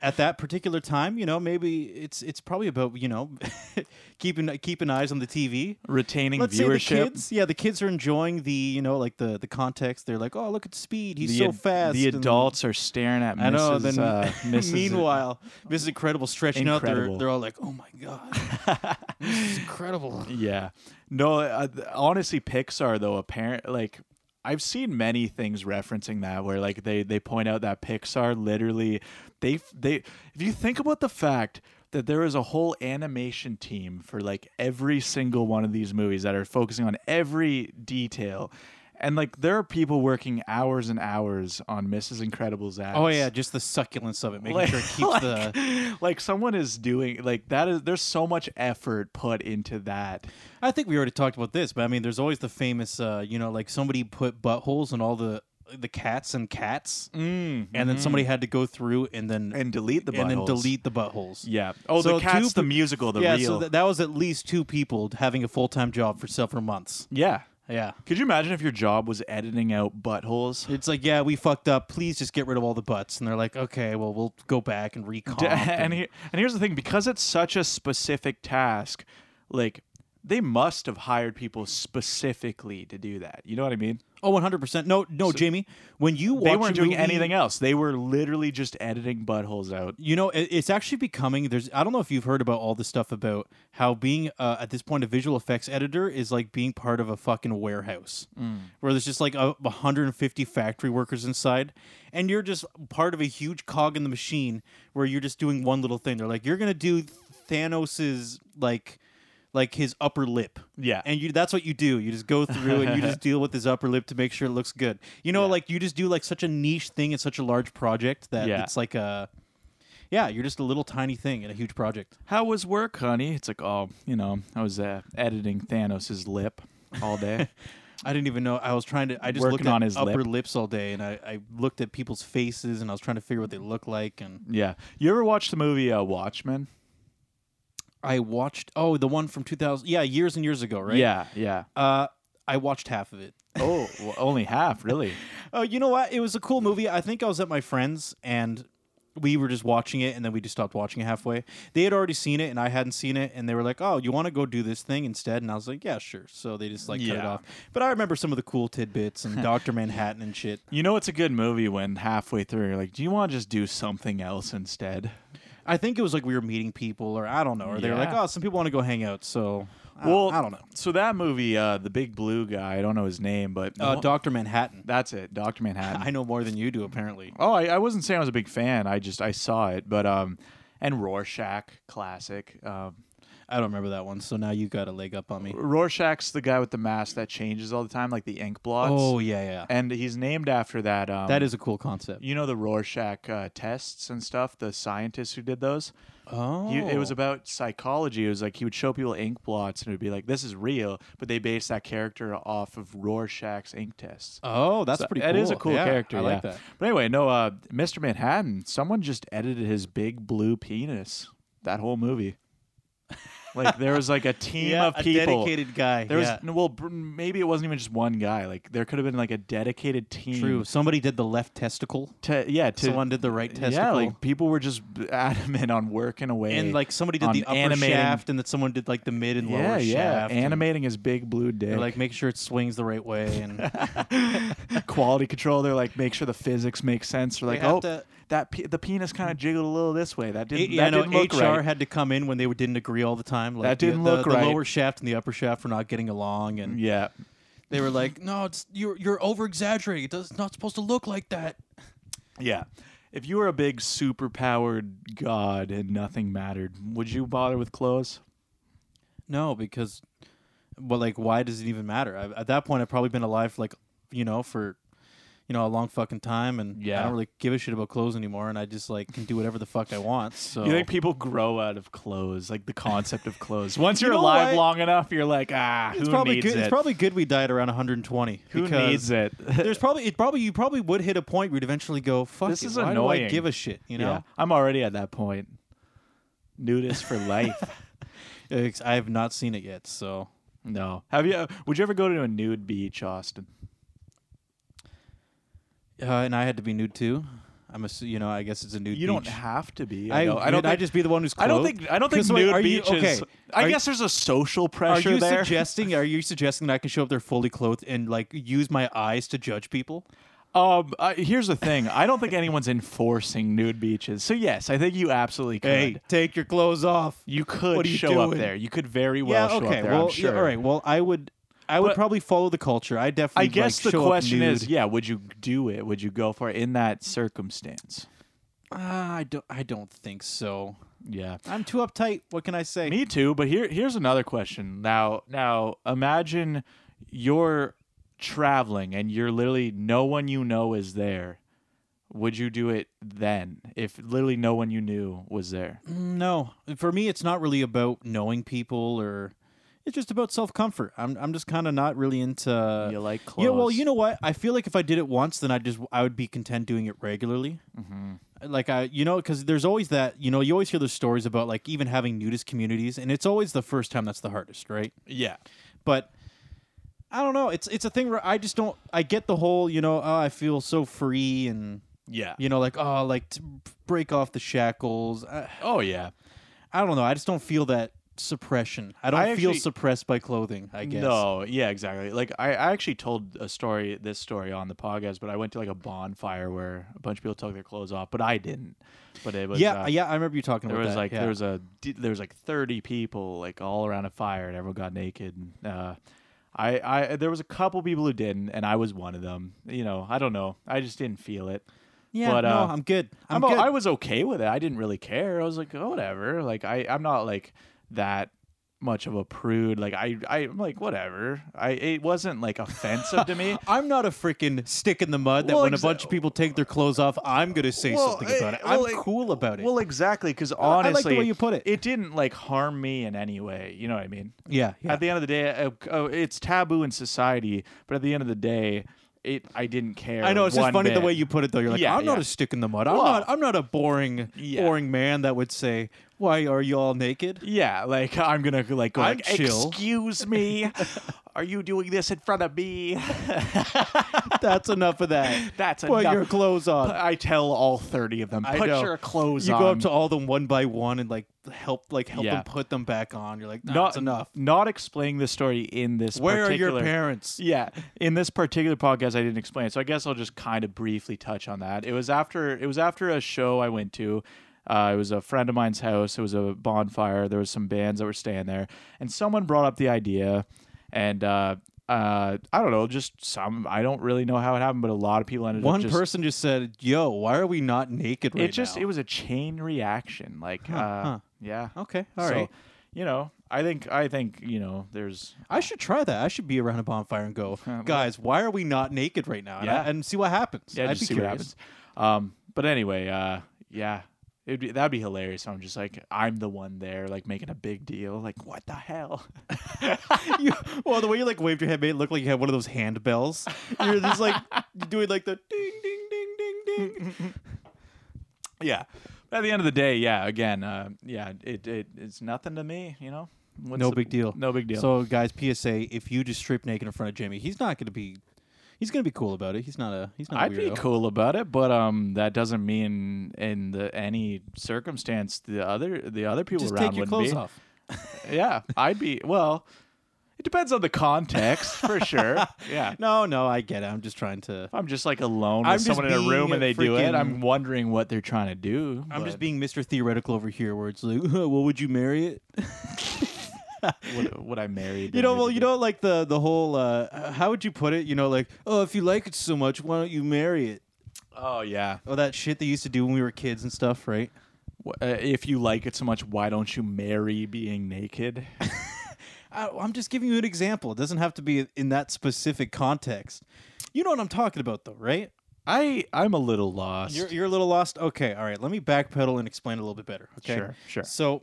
A: At that particular time, you know, maybe it's it's probably about you know keeping keeping eyes on the TV.
B: retaining
A: Let's
B: viewership.
A: say the kids, yeah, the kids are enjoying the you know like the the context. They're like, oh, look at speed. He's
B: the
A: so
B: ad-
A: fast.
B: The
A: and-
B: adults are staring at Mrs.
A: I know. Then
B: uh, Mrs.
A: meanwhile, Mrs. Incredible stretching out. They're,
B: Incredible.
A: they're all like, oh my god, this is incredible.
B: Yeah. No, uh, th- honestly, Pixar though apparent like I've seen many things referencing that where like they they point out that Pixar literally they f- they if you think about the fact that there is a whole animation team for like every single one of these movies that are focusing on every detail. And like there are people working hours and hours on Mrs. Incredible's ass.
A: Oh yeah, just the succulence of it, making sure it keeps the.
B: like someone is doing like that is there's so much effort put into that
A: I think we already talked about this, but I mean, there's always the famous, uh, you know, like somebody put buttholes in all the the cats and cats,
B: mm.
A: and then somebody had to go through and then
B: and delete the
A: and then
B: buttholes.
A: delete the buttholes.
B: yeah oh
A: So
B: the
A: two
B: cats the
A: pe-
B: musical the
A: yeah,
B: real
A: so th- that was at least two people having a full time job for several months.
B: yeah
A: Yeah.
B: could you imagine if your job was editing out buttholes
A: It's like, yeah, we fucked up. Please just get rid of all the butts. And they're like, okay, well, we'll go back and recomp.
B: and, he, and here's the thing because it's such a specific task like they must have hired people specifically to do that you know what i mean
A: oh, 100%. No, no, Jamie. When you watch
B: they weren't
A: a
B: doing
A: movie-
B: anything else they were literally just editing buttholes out
A: You know, it, it's actually becoming. There's. I don't know if you've heard about all this stuff about how being uh, at this point a visual effects editor is like being part of a fucking warehouse
B: Mm.
A: where there's just like a, 150 factory workers inside, and you're just part of a huge cog in the machine where you're just doing one little thing. They're like, you're gonna do Thanos's like. Like his upper lip,
B: Yeah.
A: and you—that's what you do. You just go through and you just deal with his upper lip to make sure it looks good. You know, like you just do like such a niche thing and such a large project that
B: Yeah.
A: it's like a, yeah, you're just a little tiny thing in a huge project.
B: how was work honey it's like oh you know i was uh, editing thanos's lip all day
A: I didn't even know. I was trying to. I just
B: Working
A: looked
B: on
A: at
B: his
A: upper
B: lip.
A: lips all day, and I, I looked at people's faces, and I was trying to figure what they look like. And
B: yeah you ever watch the movie uh, watchmen
A: I watched oh the one from 2000, yeah, years and years ago, right?
B: yeah yeah
A: Uh, I watched half of it.
B: Oh, well, only half, really.
A: Oh, you know what? It was a cool movie. I think I was at my friend's and we were just watching it and then we just stopped watching it halfway. They had already seen it and I hadn't seen it and they were like, "Oh, you want to go do this thing instead?" And I was like, "Yeah, sure." So they just like cut it
B: Yeah.
A: off. But I remember some of the cool tidbits and Dr. Manhattan and shit.
B: You know, it's a good movie when halfway through you're like, do you want to just do something else instead?
A: I think it was like we were meeting people or I don't know, or they were like,
B: Yeah.
A: "Oh, some people want to go hang out." So I,
B: Well,
A: I don't know.
B: So that movie, uh, the big blue guy, I don't know his name, but
A: Uh,
B: no-
A: Dr. Manhattan.
B: that's it, Doctor Manhattan.
A: I know more than you do apparently.
B: oh, I, I wasn't saying I was a big fan. I just I saw it, but um, and Rorschach, classic. Um,
A: I don't remember that one. So now you got a leg up on me.
B: Rorschach's the guy with the mask that changes all the time, like the ink blots.
A: Oh, yeah, yeah.
B: and he's named after that. Um,
A: That is a cool concept.
B: you know, the Rorschach uh, tests and stuff. The scientists who did those.
A: Oh.
B: He- it was about psychology. It was like he would show people ink blots and it would be like, this is real, but they based that character off of Rorschach's ink tests.
A: Oh, that's
B: So
A: pretty cool.
B: That is a cool
A: Yeah,
B: character.
A: I like
B: yeah.
A: that.
B: But anyway, no, uh, Mr. Manhattan, someone just edited his big blue penis, that whole movie. like there was like a team of people.
A: guy.
B: there was no, well, br- maybe it wasn't even just one guy. Like there could have been like a dedicated team.
A: true. Somebody did the left testicle.
B: To, yeah, to
A: Someone did the right testicle.
B: yeah, like people were just adamant on working away
A: and like somebody did
B: on
A: the upper
B: animating-
A: shaft, and then someone did like the mid and lower shaft. and
B: Animating his big blue dick.
A: they're like make sure it swings the right way. And
B: quality control. They're like, make sure the physics make sense. They're like,
A: have
B: oh,
A: to-
B: that pe- the penis kind of jiggled a little this way. That didn't.
A: yeah, I
B: that
A: know
B: didn't look
A: HR
B: right.
A: had to come in when they didn't agree all the time. Like
B: That
A: the-
B: didn't
A: the,
B: look
A: the,
B: right.
A: lower shaft and the upper shaft were not getting along, and
B: yeah.
A: they were like, "No, it's you're you're over exaggerating. It's not supposed to look like that."
B: Yeah. If you were a big superpowered god and nothing mattered, would you bother with clothes?
A: No, because, well, like, why does it even matter? I, at that point, I've probably been alive, like, you know, for, you know, a long fucking time, and I
B: Yeah.
A: don't really give a shit about clothes anymore, and I just like can do whatever the fuck I want. So
B: You think people grow out of clothes, like the concept of clothes? Once you're
A: know
B: alive
A: what?
B: long enough, you're like, ah,
A: it's
B: who
A: probably
B: needs
A: good.
B: it?
A: It's probably good we died around 120.
B: who
A: because
B: needs it?
A: There's probably it probably you probably would hit a point where you'd eventually go fuck.
B: This
A: is
B: is
A: why Do I
B: annoying.
A: give a shit? You
B: yeah,
A: know,
B: I'm already at that point. Nudist for life.
A: It's- Uh, I have not seen it yet, so
B: No. Have you? uh, Would you ever go to a nude beach, Austin?
A: uh, and I had to be nude too. I'm a you know I guess it's a nude.
B: You don't
A: beach.
B: have to be.
A: I,
B: I, know. I don't.
A: I
B: Think,
A: just be the one who's. Clothed?
B: I don't think. I don't think
A: 'Cause, like,
B: nude
A: are you-
B: beach is.
A: okay,
B: I
A: are you-
B: guess there's a social
A: Are
B: pressure
A: you
B: there.
A: suggesting? Are you suggesting that I can show up there fully clothed and like use my eyes to judge people?
B: um. I here's the thing. I don't think anyone's enforcing nude beaches. So yes, I think you absolutely could.
A: Hey, take your clothes off.
B: you could
A: what are you
B: show up
A: doing?
B: there. You could very well show up there.
A: well,
B: I'm sure.
A: yeah, all right. Well, I would. I would
B: But-
A: probably follow the culture. I definitely.
B: I guess
A: like,
B: the
A: show up
B: question is,
A: nude.
B: yeah, would you do it? Would you go for it in that circumstance?
A: Uh, I don't. I don't think so.
B: Yeah.
A: I'm too uptight. What can I say?
B: Me too. But here, here's another question. Now, now imagine you're traveling and you're literally no one you know is there. Would you do it then if literally no one you knew was there?
A: Mm. No, for me, it's not really about knowing people or. It's just about self comfort. I'm. I'm just kind of not really into.
B: you like clothes?
A: Yeah, well, you know what? I feel like if I did it once, then I just I would be content doing it regularly.
B: Mm-hmm.
A: Like I, you know, because there's always that, you know, you always hear the stories about like even having nudist communities, and it's always the first time that's the hardest, right?
B: Yeah.
A: But I don't know. It's it's a thing where I just don't. I get the whole, you know, oh, I feel so free, and
B: Yeah.
A: you know, like oh, like to break off the shackles. I,
B: Oh yeah.
A: I don't know. I just don't feel that suppression. I don't
B: I
A: feel
B: actually-
A: suppressed by clothing. I guess.
B: No, yeah, exactly. Like I, I actually told a story, this story on the podcast, but I went to like a bonfire where a bunch of people took their clothes off, but I didn't. But it was
A: Yeah,
B: uh,
A: yeah, I remember you talking
B: there
A: about
B: was
A: that.
B: like
A: yeah.
B: there was a d- there was like 30 people like all around a fire and everyone got naked and, uh I, I there was a couple people who didn't and I was one of them. You know, I don't know. I just didn't feel it.
A: yeah.
B: but,
A: no,
B: uh,
A: I'm good. I'm,
B: I'm
A: good.
B: o- I was okay with it. I didn't really care. I was like, oh, whatever. Like I I'm not like that much of a prude. Like I I'm like whatever. I it wasn't like offensive to me.
A: I'm not a freaking stick in the mud that
B: Well,
A: when a
B: exa-
A: bunch of people take their clothes off, I'm gonna say
B: Well,
A: something about it.
B: I- well,
A: I'm
B: I-
A: cool about it.
B: Well, exactly, because
A: I
B: honestly,
A: like the way you put it.
B: It didn't like harm me in any way. You know what I mean?
A: yeah, yeah.
B: At the end of the day, uh, uh, it's taboo in society, but at the end of the day, it I didn't care.
A: I know it's just
B: one
A: funny the
B: bit.
A: way you put it though. You're like,
B: Yeah,
A: I'm not
B: yeah.
A: a stick in the mud. I'm
B: Well-
A: not. I'm not a boring,
B: Yeah.
A: boring man that would say, "Why are you all naked?"
B: Yeah, like I'm gonna like go
A: I'm
B: like,
A: chill.
B: excuse me, Are you doing this in front of me?
A: That's enough of that.
B: That's
A: Put
B: enough.
A: your clothes on.
B: I tell all 30 of them,
A: I
B: put
A: know.
B: your clothes
A: you
B: on.
A: go up to all them one by one and like help like help
B: Yeah.
A: them put them back on. You're like, "Nah,
B: not
A: that's enough.
B: Not explaining the story in this.
A: Where are your
B: particular-
A: parents?
B: Yeah, in this particular podcast, I didn't explain it, so I guess I'll just kind of briefly touch on that. It was after it was after a show I went to. Uh, it was a friend of mine's house. It was a bonfire. There was some bands that were staying there, and someone brought up the idea, and uh, uh, I don't know, just some. I don't really know how it happened, but a lot of people ended up
A: One
B: just,
A: person just said, "Yo, why are we not naked right
B: It just
A: now?"
B: it was a chain reaction. Like, uh,
A: huh. Oh,
B: yeah,
A: okay, all right.
B: So, you know, I think I think you know, there's
A: I should try that. I should be around a bonfire and go,
B: well-
A: guys, why are we not naked right now? And I-
B: Yeah.
A: And, see what happens.
B: Yeah,
A: I'd
B: just
A: be
B: see
A: curious.
B: what happens. Um, but anyway, uh, yeah, it'd be, that'd be hilarious. I'm just like, I'm the one there, like making a big deal. Like, what the hell?
A: you, well, the way you like waved your head made it look like you had one of those hand bells. You're just like doing like the ding, ding, ding, ding, ding.
B: yeah. But at the end of the day, yeah. Again, uh, yeah, it, it it's nothing to me, you know. What's
A: no
B: the-
A: big deal.
B: No big deal.
A: So, guys, PSA: if you just strip naked in front of Jamie, he's not going to be. He's going to be cool about it. He's not a. He's not. a
B: I'd be
A: weirdo.
B: cool about it, but um, that doesn't mean in the any circumstance the other the other people
A: Just
B: around
A: take your clothes
B: wouldn't be.
A: off.
B: Yeah, I'd be well. It depends on the context for sure. Yeah,
A: No, no, I get it. I'm just trying to.
B: If I'm just like alone
A: I'm
B: with
A: just
B: someone in a room
A: being
B: and they do
A: freaking-
B: it, I'm wondering what they're trying to do.
A: I'm just being Mr. Theoretical over here, where it's like, well, would you marry it?
B: would, would I marry?
A: You
B: them?
A: know, well, you know, like the the whole. Uh, how would you put it? You know, like, oh, if you like it so much, why don't you marry it?
B: Oh yeah.
A: Oh, that shit they used to do when we were kids and stuff, right?
B: Wh- uh, If you like it so much, why don't you marry being naked?
A: I, I'm just giving you an example. It doesn't have to be in that specific context. You know what I'm talking about, though, right?
B: I I'm a little lost.
A: You're, you're a little lost. Okay, all right. Let me backpedal and explain a little bit better. Okay,
B: Sure, sure.
A: So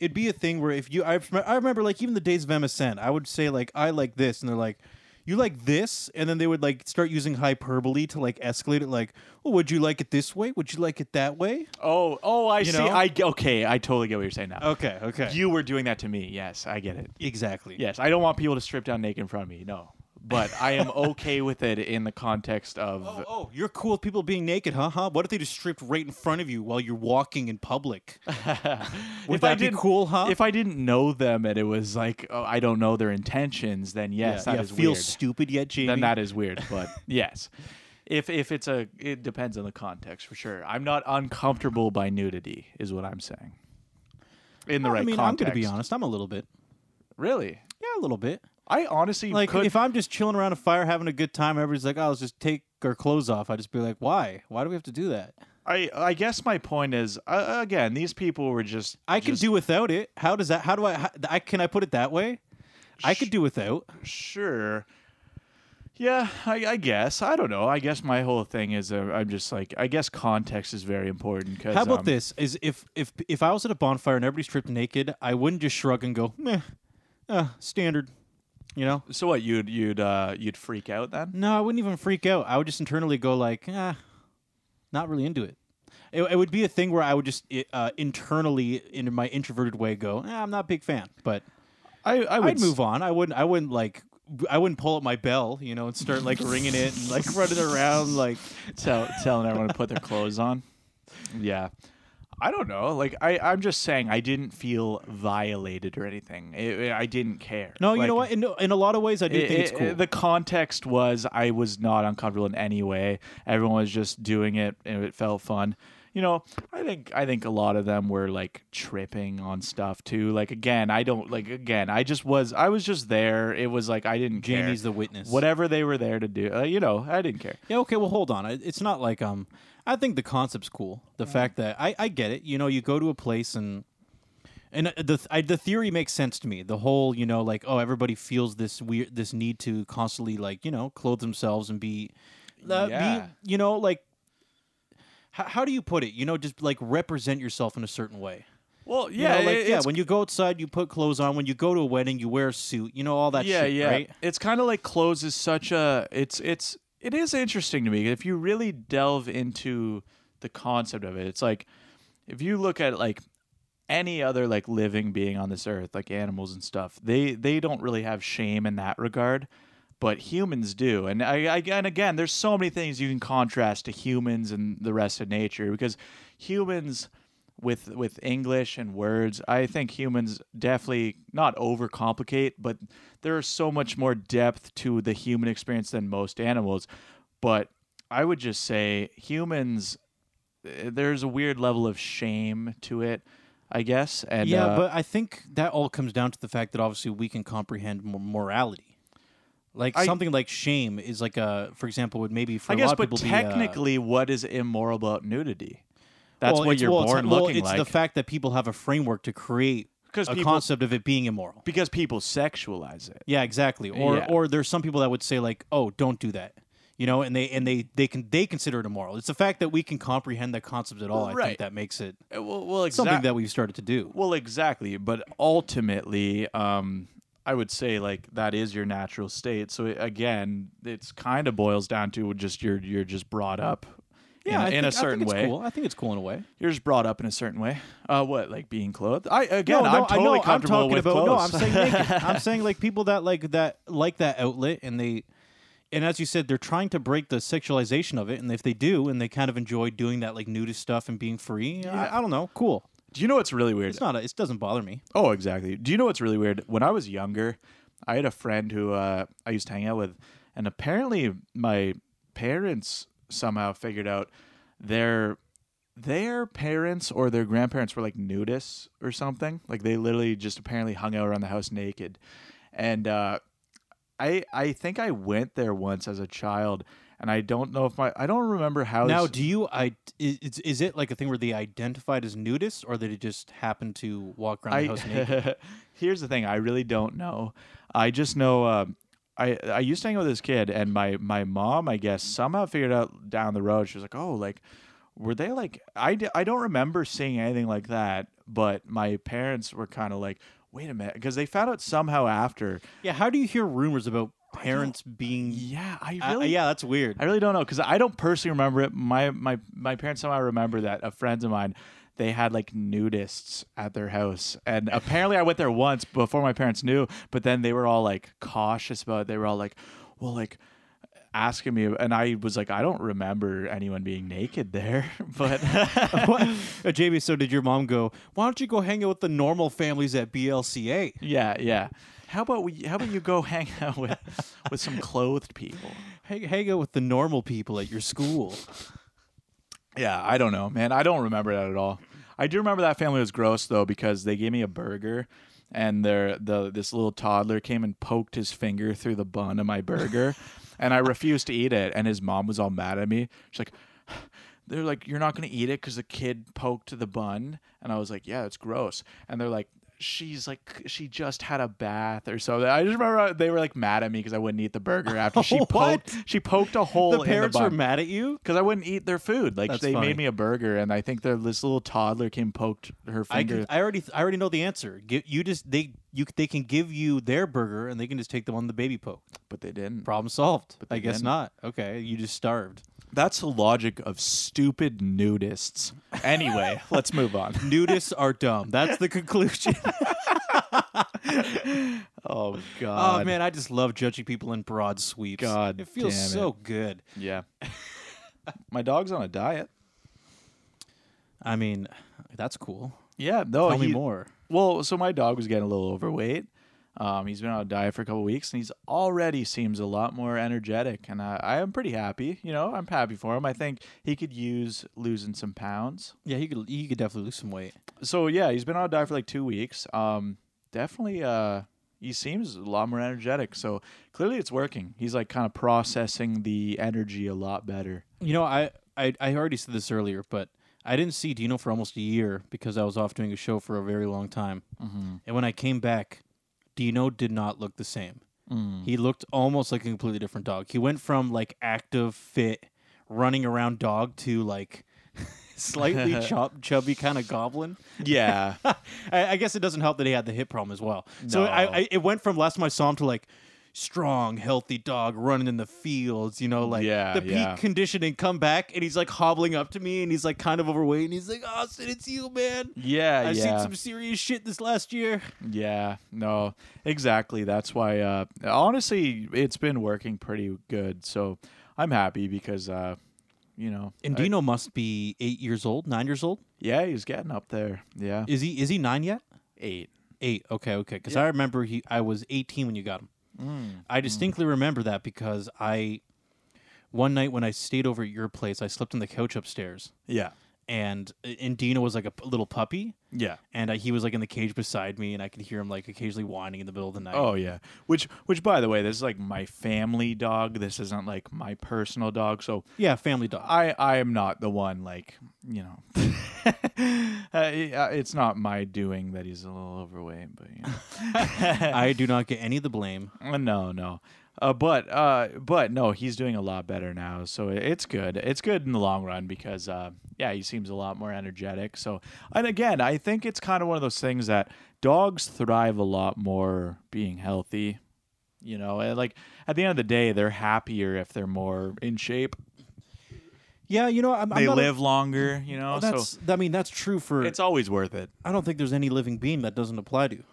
A: it'd be a thing where if you, I, rem- I remember like even the days of MSN, I would say like I like this, and they're like, you like this, and then they would like start using hyperbole to like escalate it. Like, well, would you like it this way? Would you like it that way?
B: oh oh I see.
A: know?
B: I g- okay. I totally get what you're saying now.
A: Okay, okay,
B: You were doing that to me. Yes, I get it.
A: exactly.
B: Yes, I don't want people to strip down naked in front of me. No, but I am okay with it in the context of.
A: Oh, oh, you're cool with people being naked, huh? Huh? What if they just stripped right in front of you while you're walking in public? Would
B: if
A: that
B: I
A: be
B: didn't,
A: cool, huh?
B: If I didn't know them and it was like, oh, I don't know their intentions, then yes, that is
A: feel
B: weird.
A: stupid yet, Jamie?
B: then that is weird. But yes, if if it's a, it depends on the context for sure. I'm not uncomfortable by nudity, is what I'm saying. In the right
A: I mean, I'm
B: context,
A: gonna be honest. I'm a little bit.
B: Really,
A: Yeah, a little bit.
B: I honestly
A: Like
B: could.
A: if I'm just chilling around a fire having a good time, everybody's like, "Oh, let's just take our clothes off." I just be like, "Why? Why do we have to do that?"
B: I I guess my point is uh, again, these people were just.
A: I can do without it. How does that? How do I? How, I can I put it that way? I could do without.
B: sure. Yeah, I, I guess. I don't know. I guess my whole thing is uh, I'm just like I guess context is very important. Cause,
A: How about
B: um,
A: this? Is if if if I was at a bonfire and everybody's stripped naked, I wouldn't just shrug and go, "Meh, uh, standard." You know?
B: So what you'd you'd uh, you'd freak out then?
A: No, I wouldn't even freak out. I would just internally go like, "Ah, not really into it." It, it would be a thing where I would just i- uh, internally, in my introverted way, go, "Ah, "I'm not a big fan," but.
B: I I
A: I'd move on. I wouldn't. I wouldn't like. I wouldn't pull up my bell, you know, and start like ringing it and like running around. Like
B: tell, telling everyone to put their clothes on. Yeah. I don't know. Like I, I'm just saying, I didn't feel violated or anything. I- I didn't care.
A: no, you
B: Like,
A: know what? In, in a lot of ways, I do
B: it-
A: think it's
B: it-
A: cool.
B: The context was I was not uncomfortable in any way. Everyone was just doing it, and it felt fun. You know, I think I think a lot of them were like tripping on stuff too. Like again, I don't like again. I just was I was just there. It was like I didn't care.
A: Jamie's the witness.
B: Whatever they were there to do, uh, you know, I didn't care.
A: Yeah. Okay. Well, hold on. I- It's not like um. I think the concept's cool. The fact that I I get it. You know, you go to a place and. And uh, the th- I, the theory makes sense to me. The whole, you know, like oh, everybody feels this weird, this need to constantly, like you know, clothe themselves and be, uh,
B: Yeah.
A: be, you know, like. How, how do you put it? You know, just like represent yourself in a certain way.
B: Well,
A: You
B: yeah,
A: know, like,
B: it-
A: yeah.
B: it's-
A: When you go outside, you put clothes on. When you go to a wedding, you wear a suit. You know all that.
B: yeah,
A: shit,
B: yeah.
A: Right?
B: It's kind of like clothes is such a. It's it's it is interesting to me if you really delve into the concept of it. It's like if you look at like any other like living being on this earth, like animals and stuff, they they don't really have shame in that regard, but humans do. And I, I and again, there's so many things you can contrast to humans and the rest of nature because humans with with English and words, I think humans definitely not overcomplicate, but there is so much more depth to the human experience than most animals. But I would just say humans eh, there's a weird level of shame to it, I guess. And
A: yeah,
B: uh,
A: but I think that all comes down to the fact that obviously we can comprehend mor- morality. Like
B: I-
A: something like shame is like a, for example, would maybe for
B: I
A: a
B: guess,
A: lot of
B: but
A: people be, uh,
B: technically, what is immoral about nudity? That's
A: well,
B: what
A: it's-
B: you're
A: well, it's-
B: born
A: well,
B: looking
A: it's
B: like.
A: the fact that people have a framework to create
B: 'Cause
A: a
B: people-
A: concept of it being immoral.
B: because people sexualize it.
A: Yeah, exactly. Or
B: Yeah.
A: or there's some people that would say like, "Oh, don't do that." You know, and they and they they can they consider it immoral. It's the fact that we can comprehend that concept at all. I
B: Right.
A: think that makes it
B: Eh, Well, well exactly.
A: something that we've started to do.
B: Well, exactly. But ultimately, um, I would say like that is your natural state. So it- again, it's kind of boils down to just you're you're just brought up. in,
A: I
B: in
A: think-
B: a certain
A: I think it's
B: way,
A: Cool. I think it's cool in a way.
B: you're just brought up in a certain way. Uh, what like being clothed? I again,
A: no, no,
B: I'm totally
A: I know,
B: comfortable
A: I'm talking
B: with
A: about,
B: clothes.
A: No, I'm saying naked. I'm saying like people that like that like that outlet and they and as you said, they're trying to break the sexualization of it. And if they do, and they kind of enjoy doing that like nudist stuff and being free, I, I don't know. Cool.
B: Do you know what's really weird?
A: It's not. A, it doesn't bother me.
B: Oh, exactly. Do you know what's really weird? When I was younger, I had a friend who uh, I used to hang out with, and apparently my parents somehow figured out their their parents or their grandparents were like nudists or something. Like they literally just apparently hung out around the house naked, and uh, I I think I went there once as a child, and I don't know if my I don't remember how
A: Now,
B: this-
A: do you? I is, is it like a thing where they identified as nudists, or did it just happen to walk around the house naked?
B: here's the thing. I really don't know. I just know. Um, I I used to hang out with this kid, and my my mom, I guess, somehow figured out down the road. She was like, "Oh, like, were they like?" I d- I don't remember seeing anything like that, but my parents were kind of like, "Wait a minute," because they found out somehow after.
A: Yeah. How do you hear rumors about parents being?
B: Uh, Yeah, I
A: I-
B: really.
A: yeah, that's weird.
B: I really don't know because I don't personally remember it. My my my parents somehow remember that a friend of mine they had like nudists at their house, and apparently I went there once before my parents knew. But then they were all like cautious about it. They were all like, "Well, like." asking me and i was like i don't remember anyone being naked there but
A: what? Uh, JB, so did your mom go? Why don't you go hang out with the normal families at BLCA?
B: yeah yeah how about we how about you go hang out with with some clothed people
A: Hang, hang out with the normal people at your school.
B: Yeah, I don't know, man. I don't remember that at all. I do remember that family was gross though because they gave me a burger and their the this little toddler came and poked his finger through the bun of my burger and I refused to eat it and his mom was all mad at me. She's like they're like you're not going to eat it cuz the kid poked the bun and I was like, "Yeah, it's gross." And they're like She's like she just had a bath or so. I just remember they were like mad at me because I wouldn't eat the burger after she
A: What?
B: poked. She poked a hole.
A: the
B: in
A: parents
B: the bun
A: were mad at you.
B: because I wouldn't eat their food. Like
A: That's
B: they
A: funny.
B: made me a burger, and I think their this little toddler came poked her
A: I,
B: finger.
A: can, I already, I already know the answer. Gi- you just they, you they can give you their burger and they can just take the one the baby poked.
B: but they didn't.
A: Problem solved.
B: they
A: I guess
B: didn't.
A: not. Okay, you just starved.
B: That's the logic of stupid nudists. Anyway, let's move on.
A: Nudists are dumb. That's the conclusion.
B: Oh God.
A: oh man, I just love judging people in broad sweeps.
B: God
A: it feels
B: damn it.
A: so good.
B: Yeah. My dog's on a diet.
A: I mean, that's cool.
B: Yeah. No.
A: Tell me
B: he-
A: more.
B: Well, so my dog was getting a little overweight. Um, he's been on a diet for a couple weeks, and he's already seems a lot more energetic, and I, I am pretty happy. You know, I'm happy for him. I think he could use losing some pounds.
A: Yeah, he could, he could definitely lose some weight.
B: so yeah, he's been on a diet for like two weeks. Um, definitely, uh, he seems a lot more energetic. So clearly, it's working. He's like kind of processing the energy a lot better.
A: You know, I, I I already said this earlier, but I didn't see Dino for almost a year because I was off doing a show for a very long time. Mm-hmm. And when I came back, Dino did not look the same. He looked almost like a completely different dog. He went from like active, fit, running around dog to like slightly chub- chubby kind of goblin.
B: Yeah,
A: I, I guess it doesn't help that he had the hip problem as well. So I,
B: No.
A: I, it went from last time I saw him to like strong, healthy dog running in the fields, you know, like
B: Yeah,
A: the peak
B: yeah.
A: conditioning come back and he's like hobbling up to me and he's like kind of overweight and he's like, Austin, it's you, man.
B: Yeah,
A: I've
B: yeah.
A: seen some serious shit this last year.
B: Yeah, no, exactly. That's why, uh, honestly, it's been working pretty good. So I'm happy because, uh, you know,
A: And
B: I-
A: Dino must be eight years old, nine years old.
B: yeah, he's getting up there. Yeah,
A: Is he is he nine yet?
B: eight.
A: Eight. Okay, okay. Because I remember he I was eighteen when you got him.
B: Mm,
A: I distinctly remember that because I one night when I stayed over at your place, I slept on the couch upstairs,
B: Yeah,
A: and uh, and Dino was like a p- little puppy,
B: yeah.
A: and I, he was like in the cage beside me, and I could hear him like occasionally whining in the middle of the night.
B: Oh yeah. Which, which, by the way, this is like my family dog. This isn't like my personal dog. So
A: yeah, family dog.
B: I, I am not the one like, you know, uh, it's not my doing that he's a little overweight, but you know.
A: I do not get any of the blame.
B: Uh, No, no. Uh, but uh, but no, he's doing a lot better now, so i- it's good. It's good in the long run because uh, yeah, he seems a lot more energetic. So and again, I think it's kind of one of those things that dogs thrive a lot more being healthy. You know, and like at the end of the day, they're happier if they're more in shape.
A: Yeah, you know, I'm, I'm
B: they
A: not a-
B: live longer. You know,
A: that's
B: so
A: I mean that's true for.
B: it's always worth it.
A: I don't think there's any living being that doesn't apply to.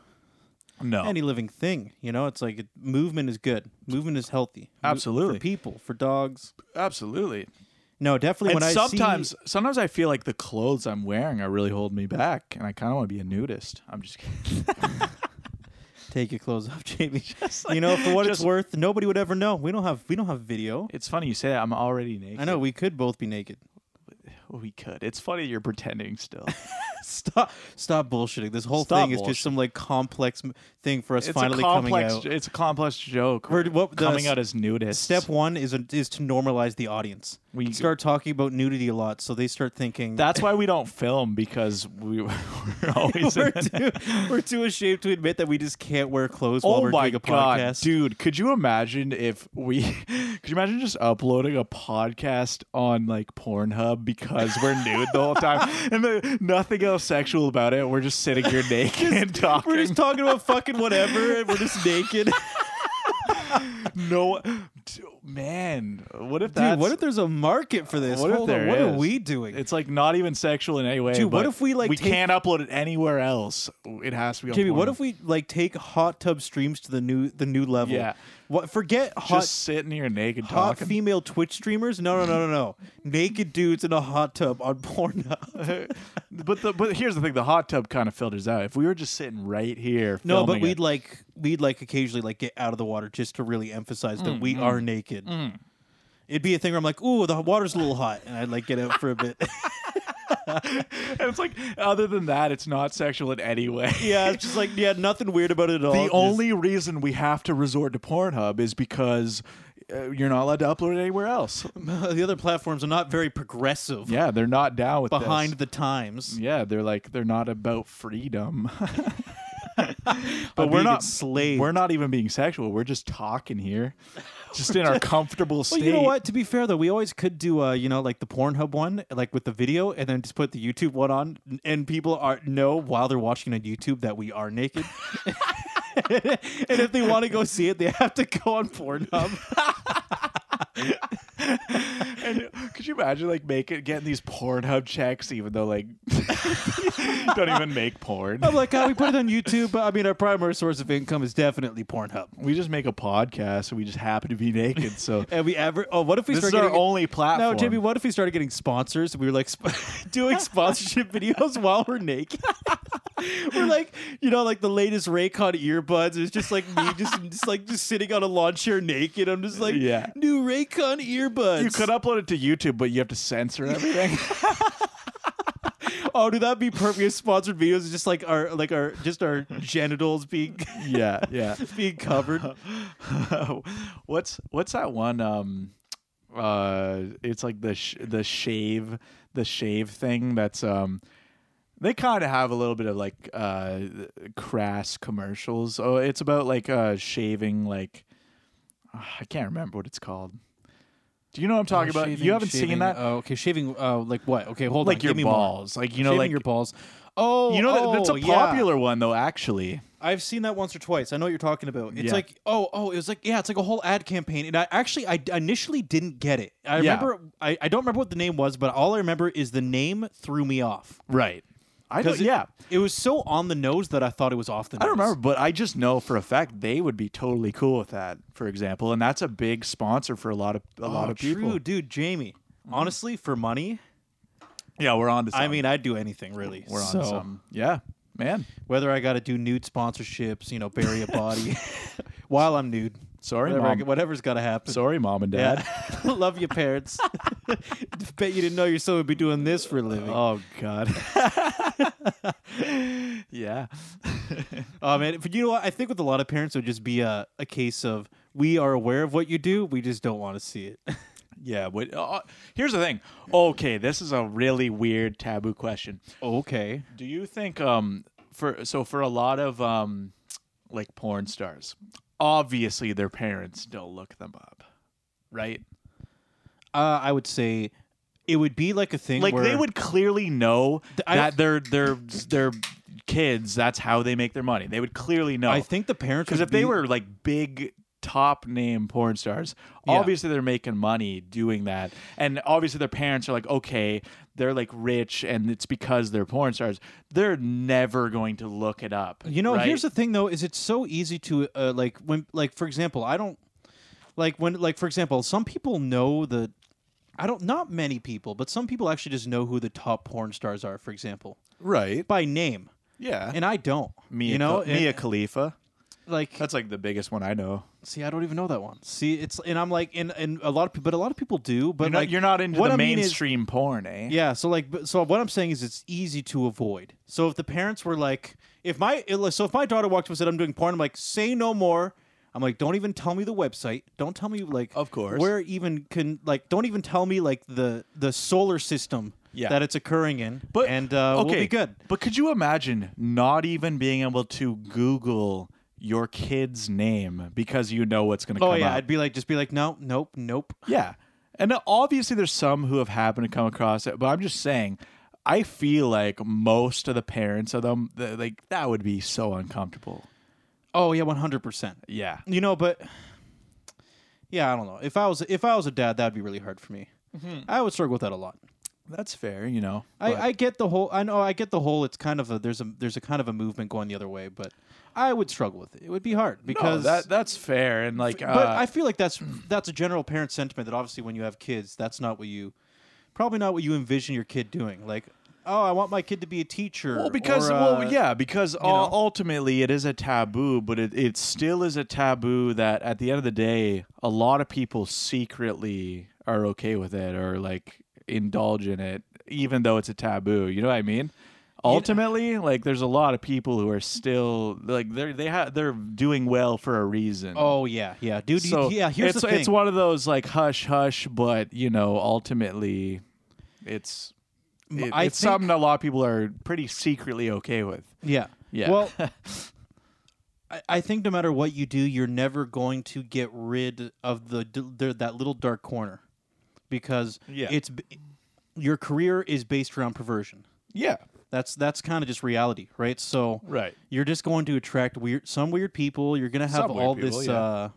B: No,
A: any living thing. You know, it's like it, movement is good. Movement is healthy. Mo-
B: Absolutely.
A: for people, for dogs.
B: absolutely.
A: No, definitely.
B: and
A: when
B: sometimes,
A: I
B: sometimes I feel like the clothes I'm wearing are really holding me back, and I kind of want to be a nudist. I'm just kidding.
A: see, take your clothes off, Jamie. you know, for what
B: just-
A: it's worth, nobody would ever know. We don't have we don't have video.
B: It's funny you say that. I'm already naked. Oh,
A: I know we could both be naked.
B: we could. It's funny you're pretending still.
A: Stop, stop bullshitting. This whole
B: Stop
A: thing is just some like complex m- thing for us
B: it's
A: finally
B: a complex.
A: coming out.
B: j- It's a complex joke.
A: We're- what- the
B: coming
A: s-
B: out as nudists.
A: Step one is is to normalize the audience.
B: We-
A: We start talking about nudity a lot, so they start thinking
B: That's why we don't film because we, we're always.
A: we're
B: in it.
A: too, we're too ashamed to admit that we just can't wear clothes while
B: Oh
A: we're
B: my
A: doing a
B: god,
A: podcast.
B: dude! Could you imagine if we? Could you imagine just uploading a podcast on like Pornhub because we're nude the whole time and there, nothing else sexual about it? We're just sitting here naked and talking.
A: We're just talking about fucking whatever, and we're just naked.
B: no, dude, man. What if
A: Dude,
B: that's
A: what if there's a market for this?
B: What if
A: Hold
B: there
A: on, what
B: is?
A: are we doing?
B: It's like not even sexual in any way.
A: Dude, what
B: but
A: if we, like,
B: we
A: take-
B: can't upload it anywhere else? It has to be. on
A: Jamie, what
B: Pornhub.
A: if we like take hot tub streams to the new the new level?
B: Yeah.
A: What? Forget hot
B: just sitting here naked
A: hot
B: talking?
A: female Twitch streamers. No, no, no, no, no. Naked dudes in a hot tub on Pornhub.
B: but the, but here's the thing: the hot tub kind of filters out. If we were just sitting right here,
A: No, but
B: filming it-
A: we'd like we'd like occasionally like get out of the water just to really emphasize
B: Mm,
A: that we are naked. It'd be a thing where I'm like, "Ooh, the water's a little hot," and I'd like get out for a bit.
B: And it's like, other than that, it's not sexual in any way.
A: yeah, it's just like yeah, nothing weird about it at all.
B: The
A: just-
B: only reason we have to resort to Pornhub is because uh, you're not allowed to upload it anywhere else.
A: the other platforms are not very progressive
B: Yeah, they're not down with this.
A: behind the times.
B: Yeah, they're like they're not about freedom.
A: But
B: we're
A: being
B: not
A: enslaved.
B: We're not even being sexual. We're just talking here, just in our comfortable state.
A: Well, you know what? To be fair though, we always could do uh, you know, like the Pornhub one, like with the video, and then just put the YouTube one on, and people are know while they're watching on YouTube that we are naked. and if they want to go see it, they have to go on Pornhub.
B: And could you imagine like making getting these Pornhub checks, even though like don't even make porn.
A: I'm like, oh, we put it on YouTube, but I mean, our primary source of income is definitely Pornhub.
B: We just make a podcast, and we just happen to be naked. So
A: And we ever, oh, what if we
B: this
A: start
B: is our
A: getting-
B: only platform.
A: No, Jimmy, what if we started getting sponsors? We were like sp- doing sponsorship videos while we're naked. we're like, you know, like the latest Raycon earbuds. It's just like me, just, just like just sitting on a lawn chair naked. I'm just like,
B: Yeah.
A: new Raycon earbuds.
B: you could upload it to YouTube, but you have to censor everything.
A: Oh, dude, that'd be perfect. We have sponsored videos. It's just like our, like our, just our genitals being
B: yeah, yeah.
A: being covered.
B: what's what's that one um uh it's like the sh- the shave the shave thing that's um they kind of have a little bit of like uh crass commercials oh it's about like uh shaving like ah, i can't remember what it's called do you know what i'm talking
A: Oh,
B: about you haven't seen that
A: okay, shaving. Uh, like what? Okay, hold
B: like your balls like you know
A: shaving
B: like
A: your balls.
B: Oh, you know that, that's
A: oh,
B: a
A: yeah.
B: popular one though. Actually,
A: I've seen that once or twice. I know what you're talking about. It's
B: Yeah.
A: like, oh, oh, it was like, yeah, it's like a whole ad campaign. And I actually, I d- initially didn't get it. I
B: Yeah.
A: remember, I, I don't remember what the name was, but all I remember is the name threw me off.
B: right? I don't,
A: it,
B: yeah,
A: It was so on the nose that I thought it was off the nose.
B: I don't remember, but I just know for a fact they would be totally cool with that. For example, and that's a big sponsor for a lot of a lot
A: Oh,
B: of people. Mm-hmm.
A: true, dude, Jamie. Honestly, for money,
B: Yeah, we're on to.
A: I
B: something.
A: mean, I'd do anything really.
B: we're on
A: So,
B: to something. Yeah, man.
A: Whether I got to do nude sponsorships, you know, bury a body while I'm nude.
B: Sorry,
A: Whatever I
B: mom.
A: g- whatever's got to happen.
B: Sorry, mom and dad.
A: Yeah. Love you, parents. Bet you didn't know your son would be doing this for a living. Oh,
B: Oh God. yeah.
A: Oh, man. But you know what? I think with a lot of parents, it would just be a, a case of we are aware of what you do, we just don't want to see it.
B: Yeah. Wait, uh, here's the thing. Okay, this is a really weird taboo question.
A: okay.
B: Do you think um for so for a lot of um like porn stars, obviously their parents don't look them up, right?
A: Uh, I would say it would be like a thing
B: Like
A: where
B: they would clearly know
A: I-
B: that their their their kids that's how they make their money. They would clearly know.
A: I think the parents
B: Because
A: would
B: if they
A: be-
B: were like big top name porn stars,
A: Yeah.
B: obviously they're making money doing that. And obviously their parents are like, okay, they're like rich and it's because they're porn stars. They're never going to look it up.
A: You know,
B: right?
A: here's the thing though: is it's so easy to uh, like when, like for example, I don't like when, like for example, some people know the, I don't, not many people, but some people actually just know who the top porn stars are. For example,
B: Right.
A: by name,
B: Yeah.
A: and I don't.
B: Mia,
A: you know,
B: Khal- Mia
A: And,
B: Khalifa.
A: like
B: That's like the biggest one I know.
A: see, I don't even know that one. See, it's and I'm like, and and a lot of people, but a lot of people do. But like,
B: You're, not, you're not into
A: what
B: the
A: I mean is-
B: mainstream porn, eh?
A: Yeah, so like, but- so what I'm saying is it's easy to avoid. So if the parents were like, if my so if my daughter walked up and said I'm doing porn, I'm like, say no more. I'm like, don't even tell me the website. Don't tell me like,
B: Of course.
A: where even can like, don't even tell me like the the solar system
B: Yeah.
A: that it's occurring in.
B: But
A: and uh,
B: okay,
A: we'll be good.
B: But could you imagine not even being able to Google your kid's name because you know what's going to
A: Oh
B: come
A: yeah,
B: up?
A: I'd be like, just be like, no, nope, nope.
B: Yeah. And obviously there's some who have happened to come across it, but I'm just saying I feel like most of the parents of them th- like that would be so uncomfortable.
A: Oh yeah, 100. percent
B: Yeah.
A: You know, but yeah, I don't know. If I was if I was a dad, that'd be really hard for me.
B: Mm-hmm.
A: I would struggle with that a lot.
B: That's fair, you know. but-
A: I, I get the whole I know I get the whole it's kind of a there's a there's a kind of a movement going the other way, but I would struggle with it. It would be hard
B: No,
A: because
B: that that's fair and like uh,
A: but I feel like that's that's a general parent sentiment that obviously when you have kids, that's not what you probably not what you envision your kid doing. Like, oh, I want my kid to be a teacher.
B: well, because
A: or, uh,
B: well, yeah, because ul-
A: know?
B: ultimately it is a taboo, but it, it still is a taboo that at the end of the day, a lot of people secretly are okay with it or like indulge in it, even though it's a taboo. You know what I mean? Ultimately, like there's a lot of people who are still like they're they ha- they're doing well for a reason.
A: Oh yeah, yeah, dude.
B: so
A: yeah, here's
B: it's
A: the thing.
B: it's one of those like hush hush, but you know ultimately, it's. it-
A: I
B: it's
A: think-
B: something a lot of people are pretty secretly okay with.
A: Yeah.
B: Yeah.
A: Well, I, I think no matter what you do, you're never going to get rid of the, d- the that little dark corner because
B: Yeah.
A: it's b- your career is based around perversion.
B: Yeah.
A: That's that's kind of just reality, right? So
B: Right.
A: you're just going to attract weird some weird people. You're gonna have
B: Some weird
A: all
B: people,
A: this.
B: yeah.
A: Uh,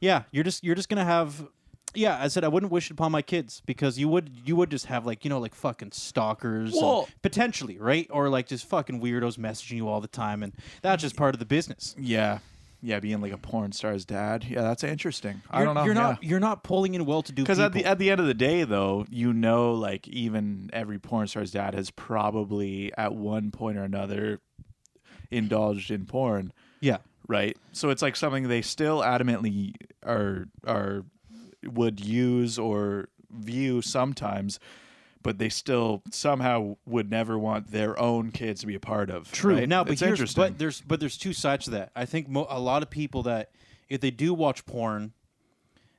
A: yeah, you're just you're just gonna have. Yeah, I said I wouldn't wish it upon my kids because you would you would just have like you know like fucking stalkers and-
B: Well-
A: potentially right or like just fucking weirdos messaging you all the time and that's just part of the business.
B: Yeah. Yeah, being like a porn star's dad. Yeah, that's interesting. I
A: You're-
B: don't know.
A: You're not you're not pulling in well-to-do
B: because
A: people.
B: at the at the end of the day, though, you know, like even every porn star's dad has probably at one point or another indulged in porn,
A: yeah,
B: right? So it's like something they still adamantly are are would use or view sometimes, but they still somehow would never want their own kids to be a part of.
A: True.
B: right?
A: Now, but
B: it's
A: here's,
B: interesting.
A: but there's but there's two sides to that. I think mo- a lot of people that if they do watch porn,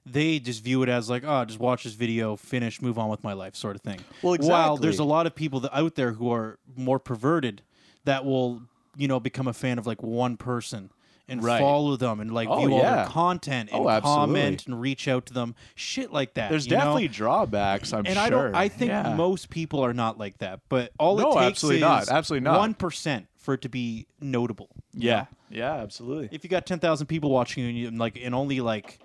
A: they just view it as like, oh, just watch this video, finish, move on with my life, sort of thing.
B: Well,
A: While
B: exactly.
A: there's a lot of people that out there who are more perverted that will, you know, become a fan of like one person and
B: Right.
A: follow them and like
B: Oh,
A: view all
B: yeah.
A: their content and
B: Oh, absolutely.
A: comment and reach out to them. Shit like that.
B: There's
A: you know?
B: definitely drawbacks. I'm
A: and
B: sure.
A: I don't. I think
B: Yeah.
A: most people are not like that. But all
B: No,
A: it takes
B: absolutely
A: is
B: not. Absolutely not.
A: one percent for it to be notable.
B: Yeah. Yeah. Absolutely.
A: If you got ten thousand people watching you and, you, and like and only like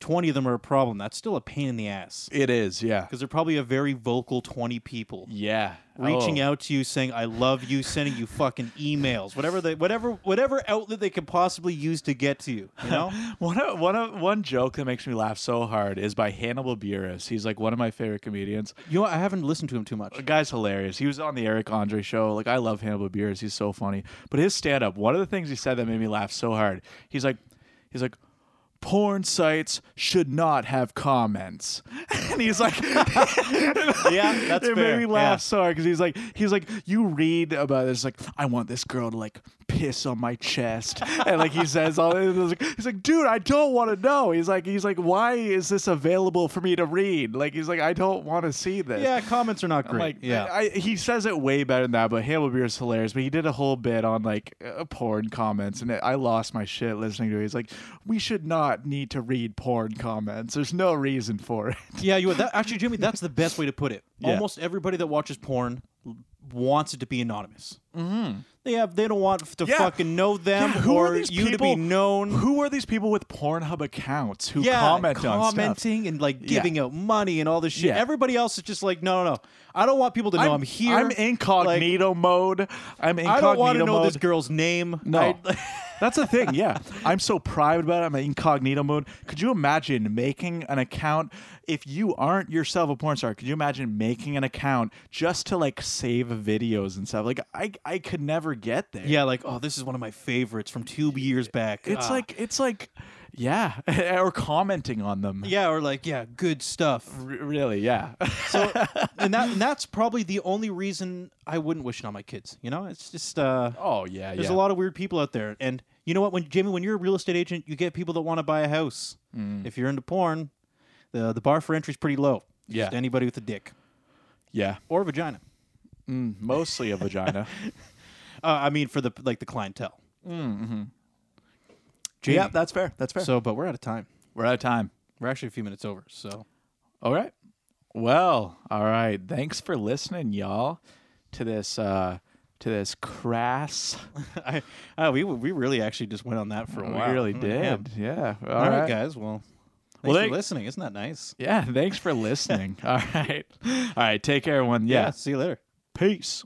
A: twenty of them are a problem, that's still a pain in the ass
B: It is. Yeah.
A: because they're probably a very vocal twenty people
B: Yeah. Oh.
A: reaching out to you saying I love you, sending you fucking emails, whatever they whatever whatever outlet they could possibly use to get to you. You know.
B: One of, one of, one joke that makes me laugh so hard is by Hannibal Buress. He's like one of my favorite comedians.
A: You know, what? I haven't listened to him too much.
B: The guy's hilarious. He was on the Eric Andre show. Like I love Hannibal Buress. He's so funny. But his stand up, one of the things he said that made me laugh so hard. He's like he's like porn sites should not have comments. and he's like
A: Yeah, that's
B: it
A: fair.
B: made me
A: Yeah.
B: laugh so hard because he's like he's like you read about this like I want this girl to like piss on my chest and like he says all this like, he's like dude I don't want to know he's like he's like why is this available for me to read like he's like I don't want to see this
A: Yeah, comments are not great.
B: like
A: yeah.
B: I, I- he says it way better than that but Hannibal Beer is hilarious but he did a whole bit on like uh, porn comments and I lost my shit listening to it he's like we should not need to read porn comments there's no reason for it
A: Yeah, you that, actually, Jimmy. That's the best way to put it. Almost everybody that watches porn l- wants it to be anonymous. Mm-hmm. They have. They don't want f- to
B: Yeah.
A: fucking know them
B: Yeah, who are
A: or
B: these
A: you to
B: people-
A: be known.
B: Who are these people with Pornhub accounts who
A: Yeah,
B: comment on stuff?
A: commenting and like giving out money and all this shit.
B: Yeah.
A: Everybody else is just like, no, no, no. I don't want people to know I'm, here.
B: I'm incognito mode. I'm incognito
A: I don't want to
B: mode.
A: know this girl's name.
B: No.
A: I-
B: That's the thing, yeah. I'm so private about it. I'm in incognito mode. Could you imagine making an account if you aren't yourself a porn star? Could you imagine making an account just to like save videos and stuff? Like I I could never get there.
A: yeah, like, oh, this is one of my favorites from two years back.
B: It's
A: Ah.
B: like it's like yeah, or commenting on them.
A: yeah, or like, yeah, good stuff.
B: R- really, yeah.
A: So, and that and that's probably the only reason I wouldn't wish it on my kids. You know, it's just uh,
B: oh yeah,
A: there's
B: yeah.
A: a lot of weird people out there, and you know what? When Jamie, when you're a real estate agent, you get people that want to buy a house.
B: Mm.
A: If you're into porn, the the bar for entry is pretty low. It's
B: Yeah.
A: just anybody with a dick
B: yeah.
A: or vagina.
B: Mostly a vagina.
A: Uh, I mean, for the like the clientele. Mm-hmm.
B: Mm,
A: Jamie.
B: Yeah, that's fair. That's fair.
A: so, but we're out of time.
B: We're out of time.
A: We're actually a few minutes over. So,
B: All right. Well, all right. Thanks for listening, y'all, to this uh to this crass.
A: I uh, we we really actually just went on that for a while.
B: Oh, We really did. Hmm, Yeah. All right.
A: guys. Well, thanks
B: Well,
A: for
B: thank-
A: listening. Isn't that nice?
B: Yeah, thanks for listening. all right. All right. Take care, everyone. Yeah.
A: See you later.
B: Peace.